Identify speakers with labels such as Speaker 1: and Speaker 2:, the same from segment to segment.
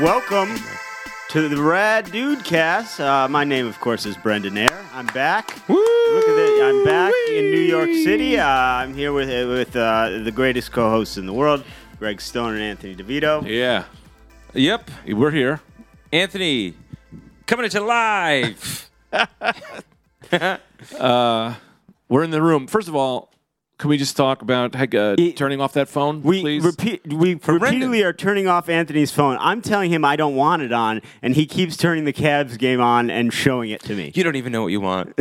Speaker 1: Welcome to the Rad Dude Cast. Uh, my name, of course, is Brendan Air. I'm back. Look at that! I'm back in New York City. Uh, I'm here with with uh, the greatest co-hosts in the world, Greg Stone and Anthony DeVito.
Speaker 2: Yeah. Yep, we're here. Anthony, coming at you live. Uh, we're in the room. First of all, can we just talk about heck, uh, turning off that phone,
Speaker 1: We
Speaker 2: please?
Speaker 1: repeat, we repeatedly
Speaker 2: Brendan.
Speaker 1: are turning off Anthony's phone. I'm telling him I don't want it on, and he keeps turning the Cavs game on and showing it to me.
Speaker 3: You don't even know what you want.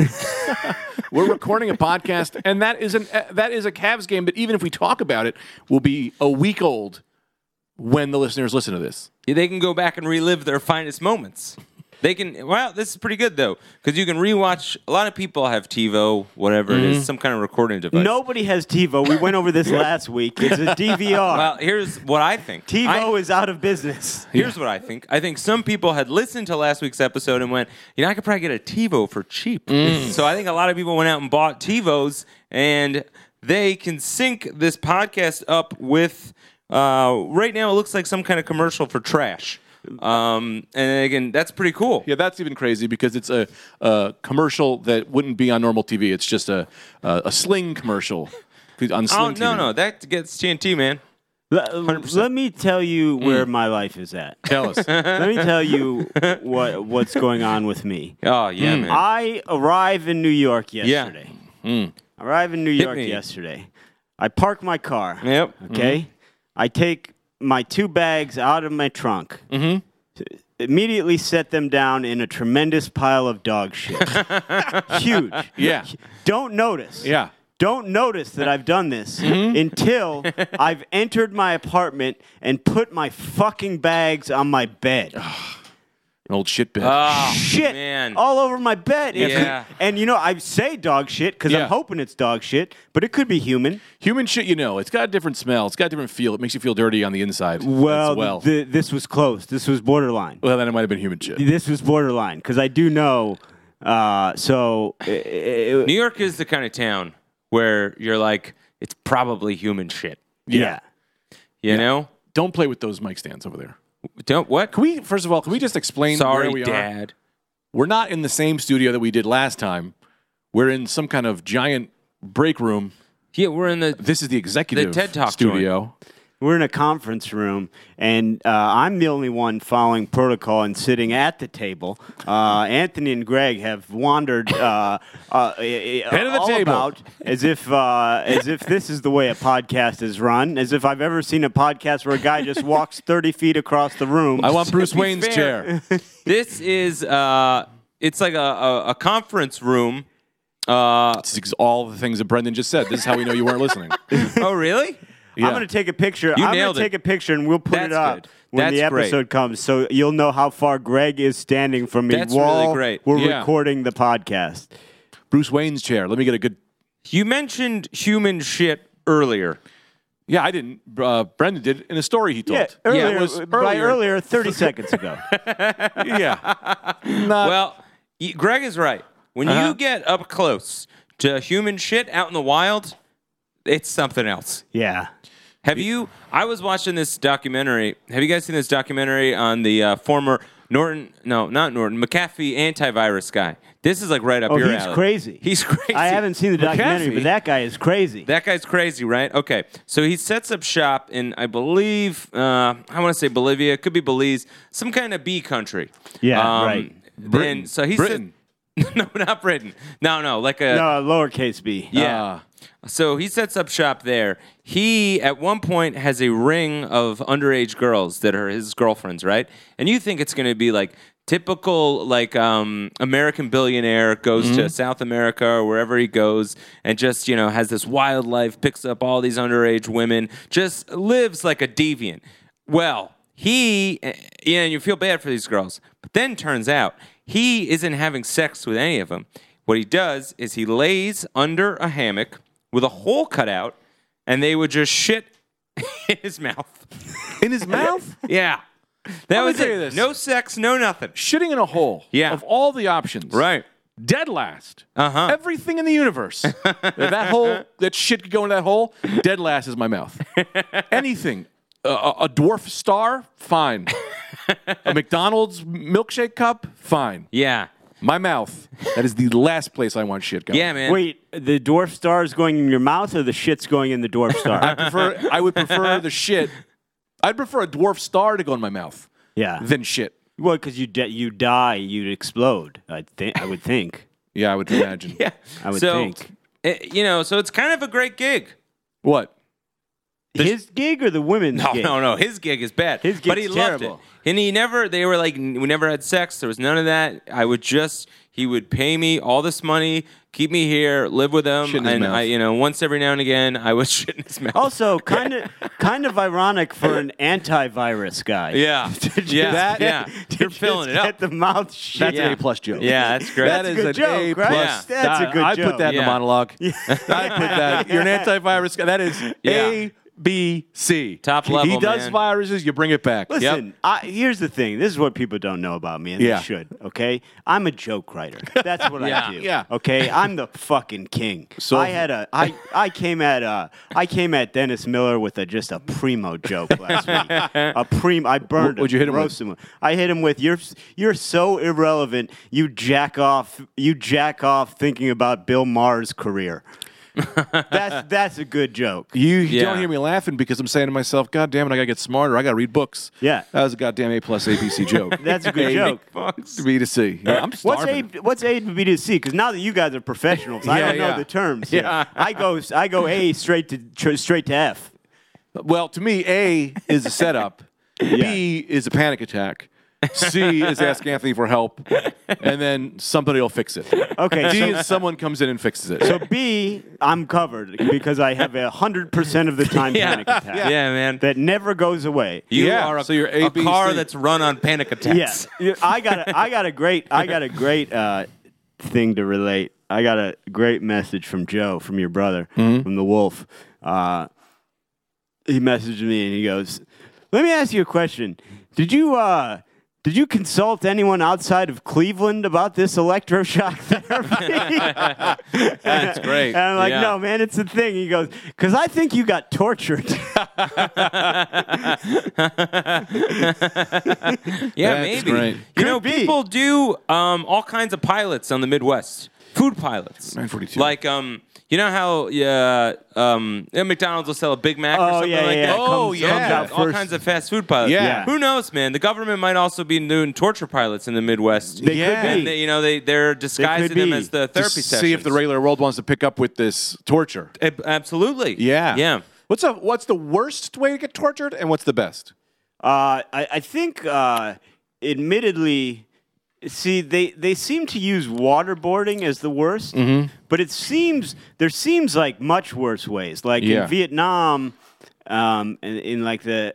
Speaker 2: we're recording a podcast, and that is an uh, that is a Cavs game that even if we talk about it, will be a week old when the listeners listen to this.
Speaker 3: they can go back and relive their finest moments. They can. Well, this is pretty good though, because you can rewatch. A lot of people have TiVo, whatever it is, some kind of recording device.
Speaker 1: Nobody has TiVo. We went over this last week. It's a DVR.
Speaker 3: Well, here's what I think. I-
Speaker 1: TiVo is out of business.
Speaker 3: Here's what I think. I think some people had listened to last week's episode and went, you know, I could probably get a TiVo for cheap.
Speaker 1: Mm.
Speaker 3: So I think a lot of people went out and bought TiVos, and they can sync this podcast up with. Uh, right now, it looks like some kind of commercial for trash. Um, and again, that's pretty cool.
Speaker 2: Yeah, that's even crazy because it's a, a commercial that wouldn't be on normal TV. It's just a a, a sling commercial on
Speaker 3: Oh
Speaker 2: sling TV.
Speaker 3: no, no, that gets TNT, man.
Speaker 1: Let, let me tell you where my life is at.
Speaker 2: Tell us.
Speaker 1: Let me tell you what what's going on with me.
Speaker 3: Oh
Speaker 1: Mm.
Speaker 3: yeah, man.
Speaker 1: I arrive in New York yesterday. Arrive in New York
Speaker 3: me.
Speaker 1: yesterday. I park my car.
Speaker 3: Yep.
Speaker 1: Okay. I take my two bags out of my trunk. Mm-hmm. Immediately set them down in a tremendous pile of dog shit. Huge.
Speaker 2: Yeah.
Speaker 1: Don't notice.
Speaker 2: Yeah.
Speaker 1: Don't notice that I've done this until I've entered my apartment and put my fucking bags on my bed.
Speaker 2: An old shit bit.
Speaker 3: Oh
Speaker 1: Ah, shit
Speaker 3: man.
Speaker 1: all over my bed. It
Speaker 3: Yeah.
Speaker 1: could- and you know, I say dog shit because
Speaker 2: Yeah.
Speaker 1: I'm hoping it's dog shit, but it could be human.
Speaker 2: Human shit, you know, it's got a different smell. It's got a different feel. It makes you feel dirty on the inside.
Speaker 1: Well,
Speaker 2: as well,
Speaker 1: th- this was close. This was borderline.
Speaker 2: well, then it might have been human shit.
Speaker 1: This was borderline because I do know. Uh, so eh, i- i- i-
Speaker 3: New York is the kind of town where you're like, it's probably human shit.
Speaker 1: yeah.
Speaker 3: You know?
Speaker 2: Don't play with those mic stands over there.
Speaker 3: Don't what?
Speaker 2: Can we, first of all, can we just explain
Speaker 3: Sorry,
Speaker 2: where we are?
Speaker 3: Dad.
Speaker 2: We're not in the same studio that we did last time. We're in some kind of giant break room.
Speaker 3: Yeah, we're in the.
Speaker 2: This is the executive
Speaker 3: TED Talk
Speaker 2: studio.
Speaker 1: We're in a conference room, and uh, I'm the only one following protocol and sitting at the table. Uh, Anthony and Greg have wandered uh, uh, head
Speaker 2: of the table.
Speaker 1: as if uh, as if this is the way a podcast is run. As if I've ever seen a podcast where a guy just walks 30 feet across the room.
Speaker 2: I want Bruce
Speaker 3: be
Speaker 2: Wayne's
Speaker 3: fair-
Speaker 2: chair.
Speaker 3: This is uh, it's like a, a, a conference room. Uh,
Speaker 2: It's ex- all the things that Brendan just said. This is how we know you weren't listening.
Speaker 3: oh really?
Speaker 2: Yeah.
Speaker 1: I'm going to take a picture. I'm going
Speaker 3: nailed
Speaker 1: to
Speaker 3: it.
Speaker 1: take a picture, and we'll put it
Speaker 3: That's
Speaker 1: up
Speaker 3: good.
Speaker 1: when the
Speaker 3: That's great.
Speaker 1: episode comes, so you'll know how far Greg is standing from me
Speaker 3: That's really
Speaker 1: while
Speaker 3: great.
Speaker 1: we're
Speaker 2: Yeah.
Speaker 1: recording the podcast.
Speaker 2: Bruce Wayne's chair. Let me get a good.
Speaker 3: You mentioned human shit earlier.
Speaker 2: Yeah, I didn't. Uh, Brendan did in a story he told.
Speaker 1: Yeah, earlier,
Speaker 3: it
Speaker 2: was
Speaker 1: by
Speaker 2: earlier.
Speaker 1: earlier, 30 seconds ago.
Speaker 2: yeah.
Speaker 3: Well, y- Greg is right. When
Speaker 2: Uh-huh.
Speaker 3: you get up close to human shit out in the wild, it's something else.
Speaker 1: Yeah.
Speaker 3: Have you? I was watching this documentary. Have you guys seen this documentary on the uh, former Norton? No, not Norton. McAfee antivirus guy. This is like right up
Speaker 1: Oh,
Speaker 3: your
Speaker 1: he's
Speaker 3: alley.
Speaker 1: crazy.
Speaker 3: He's crazy.
Speaker 1: I haven't seen the documentary,
Speaker 2: McAfee?
Speaker 1: but that guy is crazy.
Speaker 3: That guy's crazy, right? Okay, so he sets up shop in, I believe, uh, I want to say Bolivia, it could be Belize, some kind of bee country.
Speaker 1: Yeah, right.
Speaker 3: Britain. So he
Speaker 2: Britain.
Speaker 3: Set, no, not Britain. No, no, like a
Speaker 1: no, Uh, lowercase b. Uh,
Speaker 3: yeah.
Speaker 2: Ah.
Speaker 3: so he sets up shop there. He at one point has a ring of underage girls that are his girlfriends, right? And you think it's going to be like typical like um, American billionaire goes to South America or wherever he goes and just you know has this wild life, picks up all these underage women, just lives like a deviant. Well, he eh, yeah, and you feel bad for these girls, but then turns out he isn't having sex with any of them. What he does is he lays under a hammock with a hole cut out, and they would just shit in his mouth.
Speaker 2: In his mouth?
Speaker 3: Yeah, that
Speaker 2: me
Speaker 3: was
Speaker 2: tell
Speaker 3: it.
Speaker 2: you this.
Speaker 3: No sex, no nothing.
Speaker 2: Shitting in a hole.
Speaker 3: Yeah.
Speaker 2: Of all the options.
Speaker 3: Right.
Speaker 2: Dead last.
Speaker 3: Uh-huh.
Speaker 2: Everything in the universe. If that hole, that shit could go in that hole. Dead last is my mouth. Anything. A- A, a dwarf star, fine. a McDonald's milkshake cup, fine.
Speaker 3: Yeah.
Speaker 2: My mouth, that is the last place I want shit going.
Speaker 3: Yeah, man.
Speaker 1: Wait, the dwarf star is going in your mouth, or the shit's going in the dwarf star?
Speaker 2: Prefer, I would prefer the shit. I'd prefer a dwarf star to go in my mouth
Speaker 1: yeah.
Speaker 2: than shit.
Speaker 1: well, because you de- you die, you'd explode. I think. I would think.
Speaker 2: Yeah, I would imagine.
Speaker 3: Yeah.
Speaker 1: I would
Speaker 3: so,
Speaker 1: think.
Speaker 3: eh, you know, so it's kind of a great gig.
Speaker 2: What?
Speaker 1: His gig or the women's
Speaker 3: No,
Speaker 1: gig?
Speaker 3: no, no. His gig is bad.
Speaker 1: His
Speaker 3: but he
Speaker 1: gig's
Speaker 3: loved it.
Speaker 1: terrible.
Speaker 3: And he never, they were like, "N- we never had sex. There was none of that. I would just, he would pay me all this money, keep me here, live with him.
Speaker 2: Shit in his
Speaker 3: and
Speaker 2: mouth.
Speaker 3: I, you know, once every now and again, I would shit in his mouth.
Speaker 1: Also, kind of kind of ironic for an antivirus guy.
Speaker 3: yeah. yeah.
Speaker 1: That-
Speaker 3: yeah.
Speaker 1: to
Speaker 3: You're
Speaker 1: just
Speaker 3: filling it
Speaker 1: get
Speaker 3: up.
Speaker 1: the mouth shit.
Speaker 2: That's
Speaker 3: Yeah.
Speaker 2: an A plus joke.
Speaker 3: Yeah, that's great.
Speaker 2: That
Speaker 1: That's a
Speaker 2: is
Speaker 1: good
Speaker 2: an
Speaker 1: joke,
Speaker 2: A
Speaker 1: right?
Speaker 2: plus.
Speaker 3: Yeah.
Speaker 1: That's a
Speaker 2: I-
Speaker 1: good
Speaker 2: I
Speaker 1: joke.
Speaker 2: put that in
Speaker 3: Yeah.
Speaker 2: the monologue. I put that. You're an antivirus guy. That is
Speaker 3: Yeah.
Speaker 2: A B C.
Speaker 3: Top
Speaker 2: He
Speaker 3: level,
Speaker 2: does
Speaker 3: man.
Speaker 2: viruses. You bring it back.
Speaker 1: Listen, I, here's the thing. This is what people don't know about me, and
Speaker 2: Yeah.
Speaker 1: they should. Okay, I'm a joke writer. That's what
Speaker 3: Yeah.
Speaker 1: I do.
Speaker 2: Yeah.
Speaker 1: Okay, I'm the fucking king.
Speaker 2: So-
Speaker 1: So I had a I I came at uh I came at Dennis Miller with a just a primo joke last week. A primo. I burned.
Speaker 2: What- what'd you hit him with?
Speaker 1: roasted I hit him with you're s- you're so irrelevant. You jack off. You jack off thinking about Bill Maher's career. that's that's a good joke.
Speaker 2: You you
Speaker 3: Yeah.
Speaker 2: don't hear me laughing because I'm saying to myself, God damn it, I gotta get smarter. I gotta read books.
Speaker 1: Yeah.
Speaker 2: That was a goddamn A plus ABC joke.
Speaker 1: That's a good
Speaker 2: A
Speaker 1: joke. Uh,
Speaker 3: Fucks.
Speaker 2: B to C. Yeah, I'm
Speaker 1: What's
Speaker 2: starving.
Speaker 1: A, what's A to B to C? Because now that you guys are professionals, I
Speaker 2: Yeah,
Speaker 1: don't know
Speaker 2: yeah.
Speaker 1: the terms. here. I go I go A straight to tr- straight to F.
Speaker 2: Well, to me, A is a setup. B is a panic attack. C is ask Anthony for help, and then somebody will fix it.
Speaker 1: Okay,
Speaker 2: D
Speaker 1: so-
Speaker 2: is someone comes in and fixes it.
Speaker 1: So B, I'm covered because I have a hundred percent of the time
Speaker 3: Yeah.
Speaker 1: panic attack
Speaker 3: Yeah, man.
Speaker 1: that never goes away.
Speaker 3: You
Speaker 2: Yeah,
Speaker 3: are a,
Speaker 2: so you're
Speaker 3: a
Speaker 2: A, B,
Speaker 3: car
Speaker 2: C.
Speaker 3: that's run on panic attacks.
Speaker 1: Yeah, Yeah, I got a, I got a great I got a great uh, thing to relate. I got a great message from Joe, from your brother, from the Wolf. Uh, he messaged me and he goes, "Let me ask you a question. Did you uh, did you consult anyone outside of Cleveland about this electroshock therapy?"
Speaker 2: That's great.
Speaker 1: And I'm like,
Speaker 3: Yeah.
Speaker 1: no, man, it's a thing. He goes, because I think you got tortured.
Speaker 3: Yeah,
Speaker 2: That's
Speaker 3: maybe.
Speaker 2: great.
Speaker 3: You
Speaker 1: Could
Speaker 3: know,
Speaker 1: be.
Speaker 3: people do um, all kinds of pilots on the Midwest. Food pilots.
Speaker 2: 942.
Speaker 3: Like, um, you know how yeah, um, yeah, McDonald's will sell a Big Mac or
Speaker 1: Oh,
Speaker 3: something
Speaker 1: yeah,
Speaker 3: like
Speaker 1: yeah,
Speaker 3: that?
Speaker 1: it Oh,
Speaker 2: comes- yeah. comes out
Speaker 3: All
Speaker 1: first.
Speaker 3: kinds of fast food pilots.
Speaker 2: Yeah. Yeah.
Speaker 3: Who knows, man? The government might also be doing torture pilots in the Midwest.
Speaker 1: They
Speaker 2: Yeah.
Speaker 1: could be.
Speaker 3: And they- you know, they, they're disguising them
Speaker 1: be.
Speaker 3: as the
Speaker 2: To
Speaker 3: therapy
Speaker 2: see if the regular world wants to pick up with this torture.
Speaker 3: Ab- Absolutely.
Speaker 2: Yeah.
Speaker 3: Yeah.
Speaker 2: What's up? What's the worst way to get tortured, and what's the best?
Speaker 1: Uh, I, I think, uh, admittedly, see they, they seem to use waterboarding as the worst,
Speaker 2: Mm-hmm.
Speaker 1: but it seems there seems like much worse ways. Like
Speaker 2: Yeah.
Speaker 1: in Vietnam, um, in, in like the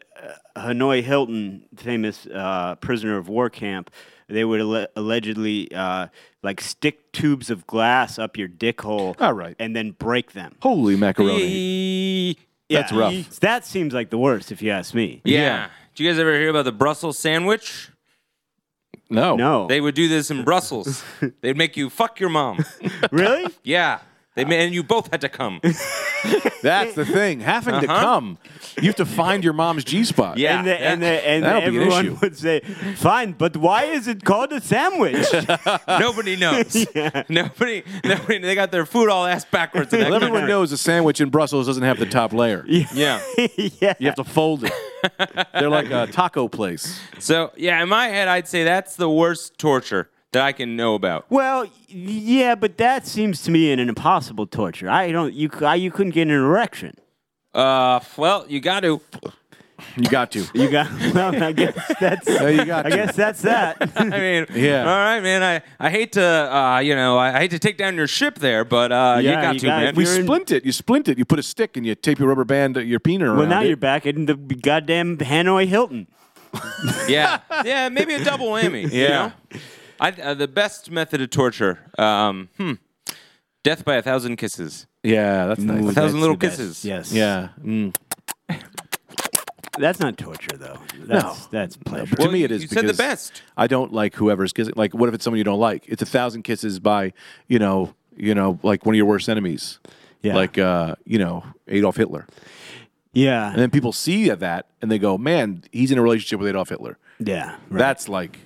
Speaker 1: uh, Hanoi Hilton famous uh, prisoner of war camp, they would alle- allegedly uh, like stick tubes of glass up your dick hole,
Speaker 2: All right.
Speaker 1: and then break them.
Speaker 2: Holy macaroni! That's rough.
Speaker 1: That seems like the worst, if you ask me.
Speaker 3: Yeah.
Speaker 2: Yeah.
Speaker 3: Did you guys ever hear about the Brussels sandwich?
Speaker 2: No,
Speaker 1: No,
Speaker 3: They would do this in Brussels. They'd make you fuck your mom.
Speaker 1: really.
Speaker 3: Yeah. They ma- and you both had to come.
Speaker 2: that's the thing. Having to
Speaker 1: Uh-huh.
Speaker 2: come, you have to find your mom's G spot.
Speaker 3: Yeah.
Speaker 1: and the, and the, and
Speaker 2: That'll be an
Speaker 1: everyone
Speaker 2: issue.
Speaker 1: would say, "Fine, but why is it called a sandwich?"
Speaker 3: Nobody knows. Nobody. Nobody. They got their food all ass backwards. In that
Speaker 2: Well, everyone
Speaker 3: country.
Speaker 2: knows a sandwich in Brussels doesn't have the top layer.
Speaker 3: Yeah.
Speaker 1: yeah,
Speaker 2: You have to fold it. They're like a taco place.
Speaker 3: So yeah, in my head, I'd say that's the worst torture that I can know about.
Speaker 1: Well, yeah, but that seems to me an impossible torture. I don't. You c- I, you couldn't get an erection.
Speaker 3: Uh, well, you got to.
Speaker 2: You got to.
Speaker 1: You got. Well, I guess that's.
Speaker 2: There you got
Speaker 1: I
Speaker 2: to.
Speaker 1: guess that's that.
Speaker 3: I mean,
Speaker 2: Yeah.
Speaker 3: All right, man. I, I hate to, uh, you know, I, I hate to take down your ship there, but uh, you
Speaker 1: Yeah,
Speaker 3: got
Speaker 1: you
Speaker 3: to,
Speaker 1: got-
Speaker 3: man.
Speaker 2: We
Speaker 1: You're in-
Speaker 2: splint it. You splint it. You put a stick and you tape your rubber band uh, your penis around.
Speaker 1: well, now
Speaker 2: it.
Speaker 1: you're back in the goddamn Hanoi Hilton.
Speaker 3: yeah, yeah, maybe a double whammy. You
Speaker 2: Yeah.
Speaker 3: know? I, uh, the best method of torture, um, hmm, death by a thousand kisses.
Speaker 2: Yeah, that's nice.
Speaker 1: Ooh,
Speaker 3: thousand
Speaker 1: that's
Speaker 3: little
Speaker 1: the best.
Speaker 3: kisses.
Speaker 1: Yes.
Speaker 2: Yeah. Mm.
Speaker 1: That's not torture though. That's, That's pleasure.
Speaker 2: to me, it is.
Speaker 3: you said the
Speaker 2: because
Speaker 3: best.
Speaker 2: I don't like whoever's kissing. Like, what if it's someone you don't like? It's a thousand kisses by, you know, you know, like one of your worst enemies.
Speaker 1: Yeah.
Speaker 2: Like, uh, you know, Adolf Hitler. And
Speaker 1: Yeah.
Speaker 2: then people see that and they go, man, he's in a relationship with Adolf Hitler.
Speaker 1: Yeah. Right.
Speaker 2: That's like,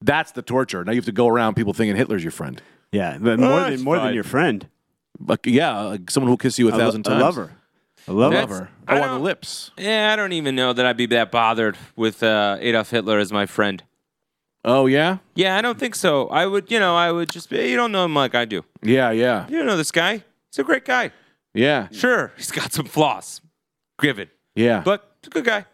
Speaker 2: that's the torture. Now you have to go around people thinking Hitler's your friend.
Speaker 1: yeah. But more
Speaker 3: it's
Speaker 1: than more
Speaker 3: fine.
Speaker 1: than your friend.
Speaker 2: Like, yeah, like someone who'll kiss you a
Speaker 1: A lo-
Speaker 2: thousand
Speaker 1: a
Speaker 2: times.
Speaker 1: lover. A lover.
Speaker 3: That's-
Speaker 2: Lover.
Speaker 3: I
Speaker 2: Oh, on the
Speaker 3: don't-
Speaker 2: lips.
Speaker 3: Yeah, I don't even know that I'd be that bothered with uh, Adolf Hitler as my friend.
Speaker 2: Oh, yeah?
Speaker 3: Yeah, I don't think so. I would, you know, I would just be, you don't know him like I do.
Speaker 2: Yeah, yeah,
Speaker 3: You don't know this guy. He's a great guy.
Speaker 2: yeah,
Speaker 3: Sure, he's got some flaws. Given.
Speaker 2: yeah.
Speaker 3: But he's a good guy.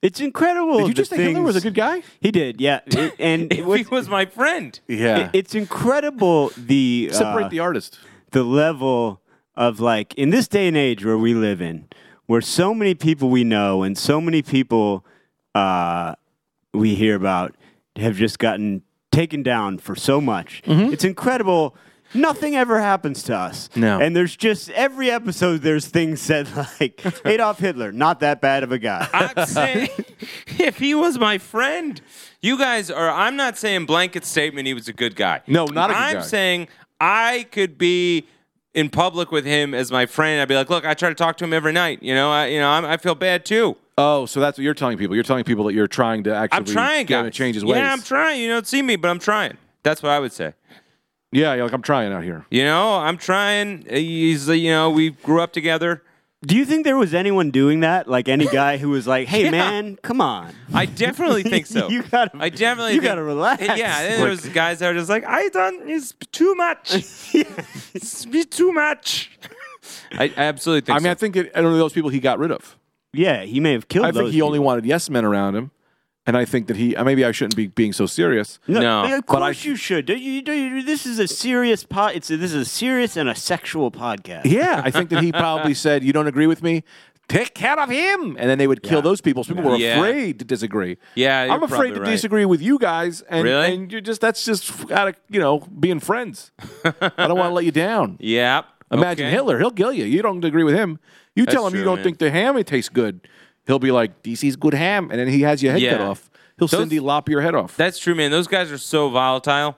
Speaker 1: It's incredible.
Speaker 2: Did
Speaker 1: the
Speaker 2: you just think Hitler was a
Speaker 1: things-
Speaker 2: good guy?
Speaker 1: He did. Yeah. It- and
Speaker 3: If
Speaker 1: what's-
Speaker 3: he was my friend.
Speaker 2: Yeah.
Speaker 1: it- it's incredible the
Speaker 2: Separate
Speaker 1: uh,
Speaker 2: the artist.
Speaker 1: the level of like in this day and age where we live in, where so many people we know and so many people uh, we hear about have just gotten taken down for so much.
Speaker 2: Mm-hmm.
Speaker 1: It's incredible. Nothing ever happens to us.
Speaker 2: No.
Speaker 1: And there's just every episode there's things said like Adolf Hitler, not that bad of a guy.
Speaker 3: I'm saying if he was my friend, you guys are. I'm not saying blanket statement. He was a good guy.
Speaker 2: No, not a good
Speaker 3: I'm
Speaker 2: guy.
Speaker 3: saying I could be in public with him as my friend. I'd be like, look, I try to talk to him every night. You know, I, you know, I'm, I feel bad too.
Speaker 2: Oh, so that's what you're telling people. You're telling people that you're trying to actually
Speaker 3: I'm trying,
Speaker 2: get
Speaker 3: guys.
Speaker 2: him to change his ways.
Speaker 3: Yeah, I'm trying. You don't see me, but I'm trying. That's what I would say.
Speaker 2: yeah, yeah, like I'm trying out here.
Speaker 3: You know, I'm trying. He's, you know, we grew up together.
Speaker 1: Do you think there was anyone doing that? Like any guy who was like, "Hey man, come on."
Speaker 3: I definitely think so.
Speaker 1: You gotta-
Speaker 3: I definitely.
Speaker 1: you
Speaker 3: think-
Speaker 1: gotta relax.
Speaker 3: Yeah, and there
Speaker 1: Like-
Speaker 3: was guys that were just like, "I done. It's too much. it's be too much." I, I absolutely think.
Speaker 2: I mean, I think it, I don't know those people he got rid of.
Speaker 1: Yeah, he may have killed
Speaker 2: I think
Speaker 1: those
Speaker 2: he only wanted yes men around him, and I think that he uh, maybe I shouldn't be being so serious.
Speaker 1: No,
Speaker 3: No,
Speaker 1: of
Speaker 2: but I-
Speaker 1: course you should. Do you, do you, this is a serious pod. It's a, this is a serious and a sexual podcast.
Speaker 2: Yeah, I think that he probably said, "You don't agree with me." Take care of him, and then they would kill those people. So people were
Speaker 3: Yeah.
Speaker 2: afraid to disagree.
Speaker 3: Yeah, you're
Speaker 2: I'm afraid
Speaker 3: probably
Speaker 2: to
Speaker 3: right.
Speaker 2: disagree with you guys, and,
Speaker 3: Really?
Speaker 2: and you just that's just out of you know being friends. I don't want to let you down.
Speaker 3: So. Yeah.
Speaker 2: Imagine
Speaker 3: okay.
Speaker 2: Hitler; he'll kill you. You don't agree with him. You tell him
Speaker 3: That's
Speaker 2: you
Speaker 3: true,
Speaker 2: don't
Speaker 3: man.
Speaker 2: think the ham it tastes good. He'll be like, "DC's good ham," and then he has your head cut
Speaker 3: Yeah.
Speaker 2: off. He'll
Speaker 3: Those-
Speaker 2: Cindy lop your head off.
Speaker 3: That's true, man. Those guys are so volatile.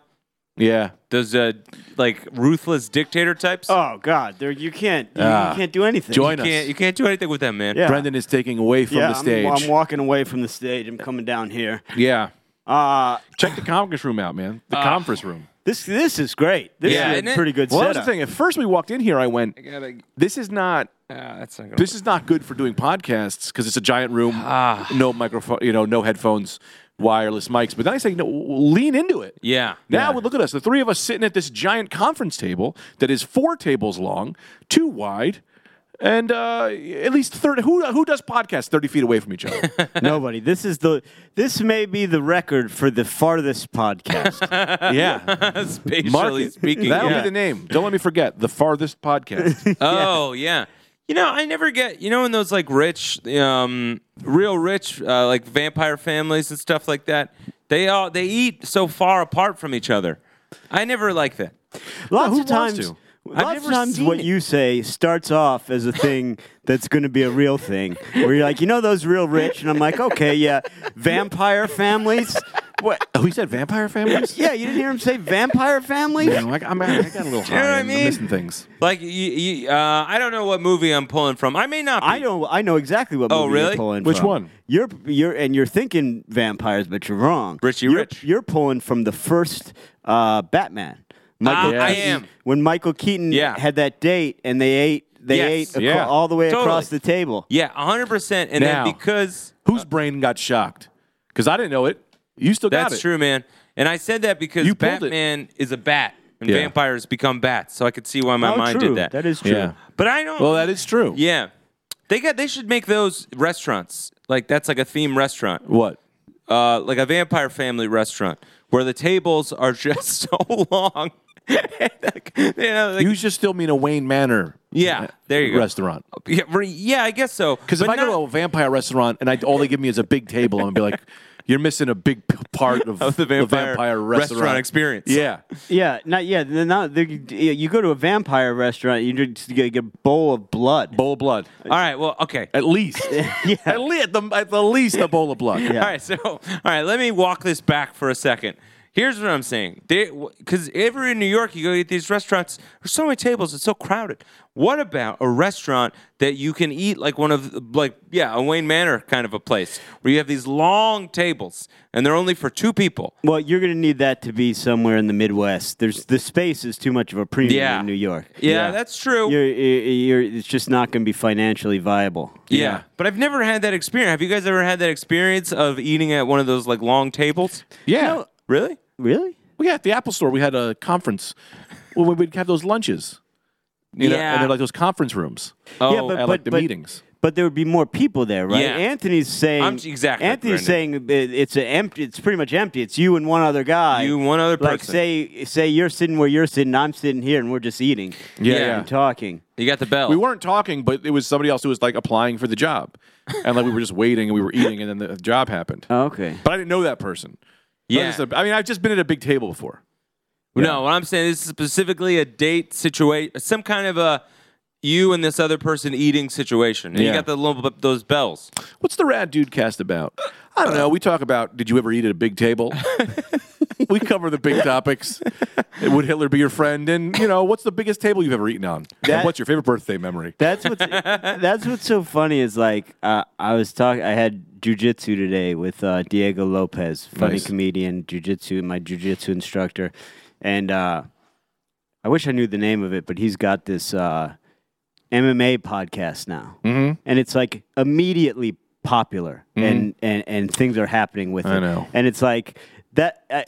Speaker 2: yeah,
Speaker 3: Those uh, like ruthless dictator types.
Speaker 1: Oh God, there you can't you,
Speaker 2: Ah.
Speaker 1: you can't do anything.
Speaker 2: Join
Speaker 3: you
Speaker 2: us.
Speaker 3: can't you can't do anything with them, man.
Speaker 1: Yeah.
Speaker 2: Brendan is taking away from
Speaker 1: yeah,
Speaker 2: the
Speaker 1: I'm-
Speaker 2: stage.
Speaker 1: I'm, walking away from the stage. I'm coming down here.
Speaker 2: yeah,
Speaker 1: Uh
Speaker 2: check the conference room out, man.
Speaker 3: Uh,
Speaker 2: The conference room.
Speaker 1: this this is great. This
Speaker 3: Yeah,
Speaker 1: is
Speaker 3: isn't
Speaker 1: a
Speaker 3: it?
Speaker 1: pretty good
Speaker 2: Well, that was the
Speaker 1: setup.
Speaker 2: thing. At first, we walked in here. I went,
Speaker 3: gotta-
Speaker 2: "This is not."
Speaker 3: Ah, that's not gonna.
Speaker 2: This is not good for doing podcasts because it's a giant room,
Speaker 3: Ah.
Speaker 2: no microphone, you know, no headphones, wireless mics. But then I say, no, lean into it.
Speaker 3: yeah.
Speaker 2: Now look at us, the three of us sitting at this giant conference table that is four tables long, two wide, and uh, at least thirty. Who who does podcasts thirty feet away from each other?
Speaker 1: Nobody. This is the this may be the record for the farthest podcast.
Speaker 2: yeah,
Speaker 3: Spatially speaking.
Speaker 2: That'll
Speaker 1: yeah.
Speaker 2: be the name. Don't let me forget the farthest podcast.
Speaker 3: Oh yeah. You know, I never get. You know, in those like rich, um, real rich, uh, like vampire families and stuff like that, they all they eat so far apart from each other. I never like that.
Speaker 1: lots
Speaker 2: who
Speaker 1: of
Speaker 2: wants
Speaker 1: times
Speaker 2: to?
Speaker 1: Lots
Speaker 2: I've
Speaker 1: of
Speaker 2: never
Speaker 1: times
Speaker 2: seen
Speaker 1: what
Speaker 2: it.
Speaker 1: you say starts off as a thing that's going to be a real thing, where you're like, you know, those real rich, and I'm like, okay, yeah, vampire families. What?
Speaker 2: oh, he said vampire families.
Speaker 1: Yeah, you didn't hear him say vampire family?
Speaker 2: Man, like, I'm, I got a little high.
Speaker 3: know what I
Speaker 2: I'm
Speaker 3: mean?
Speaker 2: missing things.
Speaker 3: Like, you, you, uh, I don't know what movie I'm pulling from. I may not. Be.
Speaker 1: I know, I know exactly what
Speaker 3: Oh,
Speaker 1: movie
Speaker 3: really?
Speaker 1: you're pulling
Speaker 2: Which
Speaker 1: from.
Speaker 2: one?
Speaker 1: You're, you're, and you're thinking vampires, but you're wrong.
Speaker 3: Richie
Speaker 1: you're,
Speaker 3: Rich.
Speaker 1: You're pulling from the first uh, Batman. Michael
Speaker 3: Ah, I
Speaker 1: Keaton-
Speaker 3: am.
Speaker 1: When Michael Keaton
Speaker 3: Yeah.
Speaker 1: had that date, and they ate, they
Speaker 3: Yes.
Speaker 1: ate acro-
Speaker 2: Yeah.
Speaker 1: all the way
Speaker 3: Totally.
Speaker 1: across the table.
Speaker 3: Yeah, 100. percent And
Speaker 2: Now.
Speaker 3: then because
Speaker 2: Whose brain got shocked? Because I didn't know it. You still got
Speaker 3: that's
Speaker 2: it.
Speaker 3: true, man. And I said that because
Speaker 2: You pulled it.
Speaker 3: Batman is a bat, and
Speaker 2: Yeah.
Speaker 3: vampires become bats. So I could see why my
Speaker 1: oh,
Speaker 3: mind
Speaker 1: true.
Speaker 3: did that.
Speaker 1: That is true.
Speaker 2: Yeah.
Speaker 3: But I don't.
Speaker 2: Well, that is true.
Speaker 3: Yeah, they got. They should make those restaurants. Like that's like a theme restaurant.
Speaker 2: What?
Speaker 3: uh, like a vampire family restaurant where the tables are just so long. And, like, you know, like-
Speaker 2: You just still mean a Wayne Manor.
Speaker 3: Yeah,
Speaker 2: uh,
Speaker 3: there you go.
Speaker 2: Restaurant.
Speaker 3: yeah, re- yeah, I guess so.
Speaker 2: Because if
Speaker 3: But
Speaker 2: I go
Speaker 3: not-
Speaker 2: to a vampire restaurant and I, all they give me is a big table, I'm gonna be like, "You're missing a big p- part of,
Speaker 3: Of the vampire
Speaker 2: restaurant.
Speaker 3: restaurant experience.
Speaker 2: Yeah,
Speaker 1: Yeah, not yeah. they're Not, they're- yeah, you go to a vampire restaurant, you just get get a bowl of blood.
Speaker 2: bowl of blood.
Speaker 3: all right, well, okay.
Speaker 2: At least, at, le- at, the, at the least, a bowl of blood.
Speaker 1: Yeah.
Speaker 3: All right, so all right, let me walk this back for a second. Here's what I'm saying. Because ever in New York, you go eat these restaurants, there's so many tables, it's so crowded. What about a restaurant that you can eat like one of, like, yeah, a Wayne Manor kind of a place where you have these long tables and they're only for two people?
Speaker 1: Well, you're going to need that to be somewhere in the Midwest. There's the space is too much of a premium
Speaker 3: Yeah.
Speaker 1: in New York.
Speaker 3: Yeah, that's true.
Speaker 1: You're, you're, you're, it's just not going to be financially viable.
Speaker 3: yeah. But I've never had that experience. Have you guys ever had that experience of eating at one of those like long tables?
Speaker 2: Yeah.
Speaker 3: Really?
Speaker 1: Really?
Speaker 2: Well, yeah, at the Apple Store, we had a conference where we'd have those lunches. You know,
Speaker 3: Yeah.
Speaker 2: and they're like those conference rooms
Speaker 3: Oh,
Speaker 1: yeah, but,
Speaker 2: at
Speaker 1: but,
Speaker 2: like the
Speaker 1: but-
Speaker 2: meetings.
Speaker 1: But there would be more people there, right?
Speaker 3: Yeah.
Speaker 1: Anthony's saying
Speaker 3: I'm- exactly,
Speaker 1: Anthony's
Speaker 3: Brendan.
Speaker 1: saying it- it's a empty. It's pretty much empty. It's you and one other guy.
Speaker 3: You and one other
Speaker 1: like
Speaker 3: person.
Speaker 1: say say you're sitting where you're sitting. I'm sitting here, and we're just eating.
Speaker 2: Yeah.
Speaker 1: and talking.
Speaker 3: You got the bell.
Speaker 2: We weren't talking, but it was somebody else who was like applying for the job, and like we were just waiting and we were eating, and then the job happened.
Speaker 1: Okay.
Speaker 2: But I didn't know that person. I was
Speaker 3: Uh. Yeah.
Speaker 2: just a- I mean, I've just been at a big table before.
Speaker 3: No, what I'm saying is specifically a date situation, some kind of a you and this other person eating situation. And you
Speaker 2: Yeah.
Speaker 3: got the little b- those bells.
Speaker 2: What's the Rad Dude cast about? I don't know. We talk about did you ever eat at a big table? we cover the big topics. Would Hitler be your friend? And, you know, what's the biggest table you've ever eaten on? and
Speaker 1: That-
Speaker 2: what's your favorite birthday memory?
Speaker 1: That's what's that's what's so funny is like uh, I was talking. I had jujitsu today with uh, Diego Lopez, funny
Speaker 2: Nice.
Speaker 1: comedian, jujitsu, my jujitsu instructor, and uh, I wish I knew the name of it, but he's got this uh, MMA podcast now, mm-hmm. and it's like immediately popular, and, and and things are happening with
Speaker 2: Mm-hmm. I
Speaker 1: it,
Speaker 2: know.
Speaker 1: and it's like that. Uh,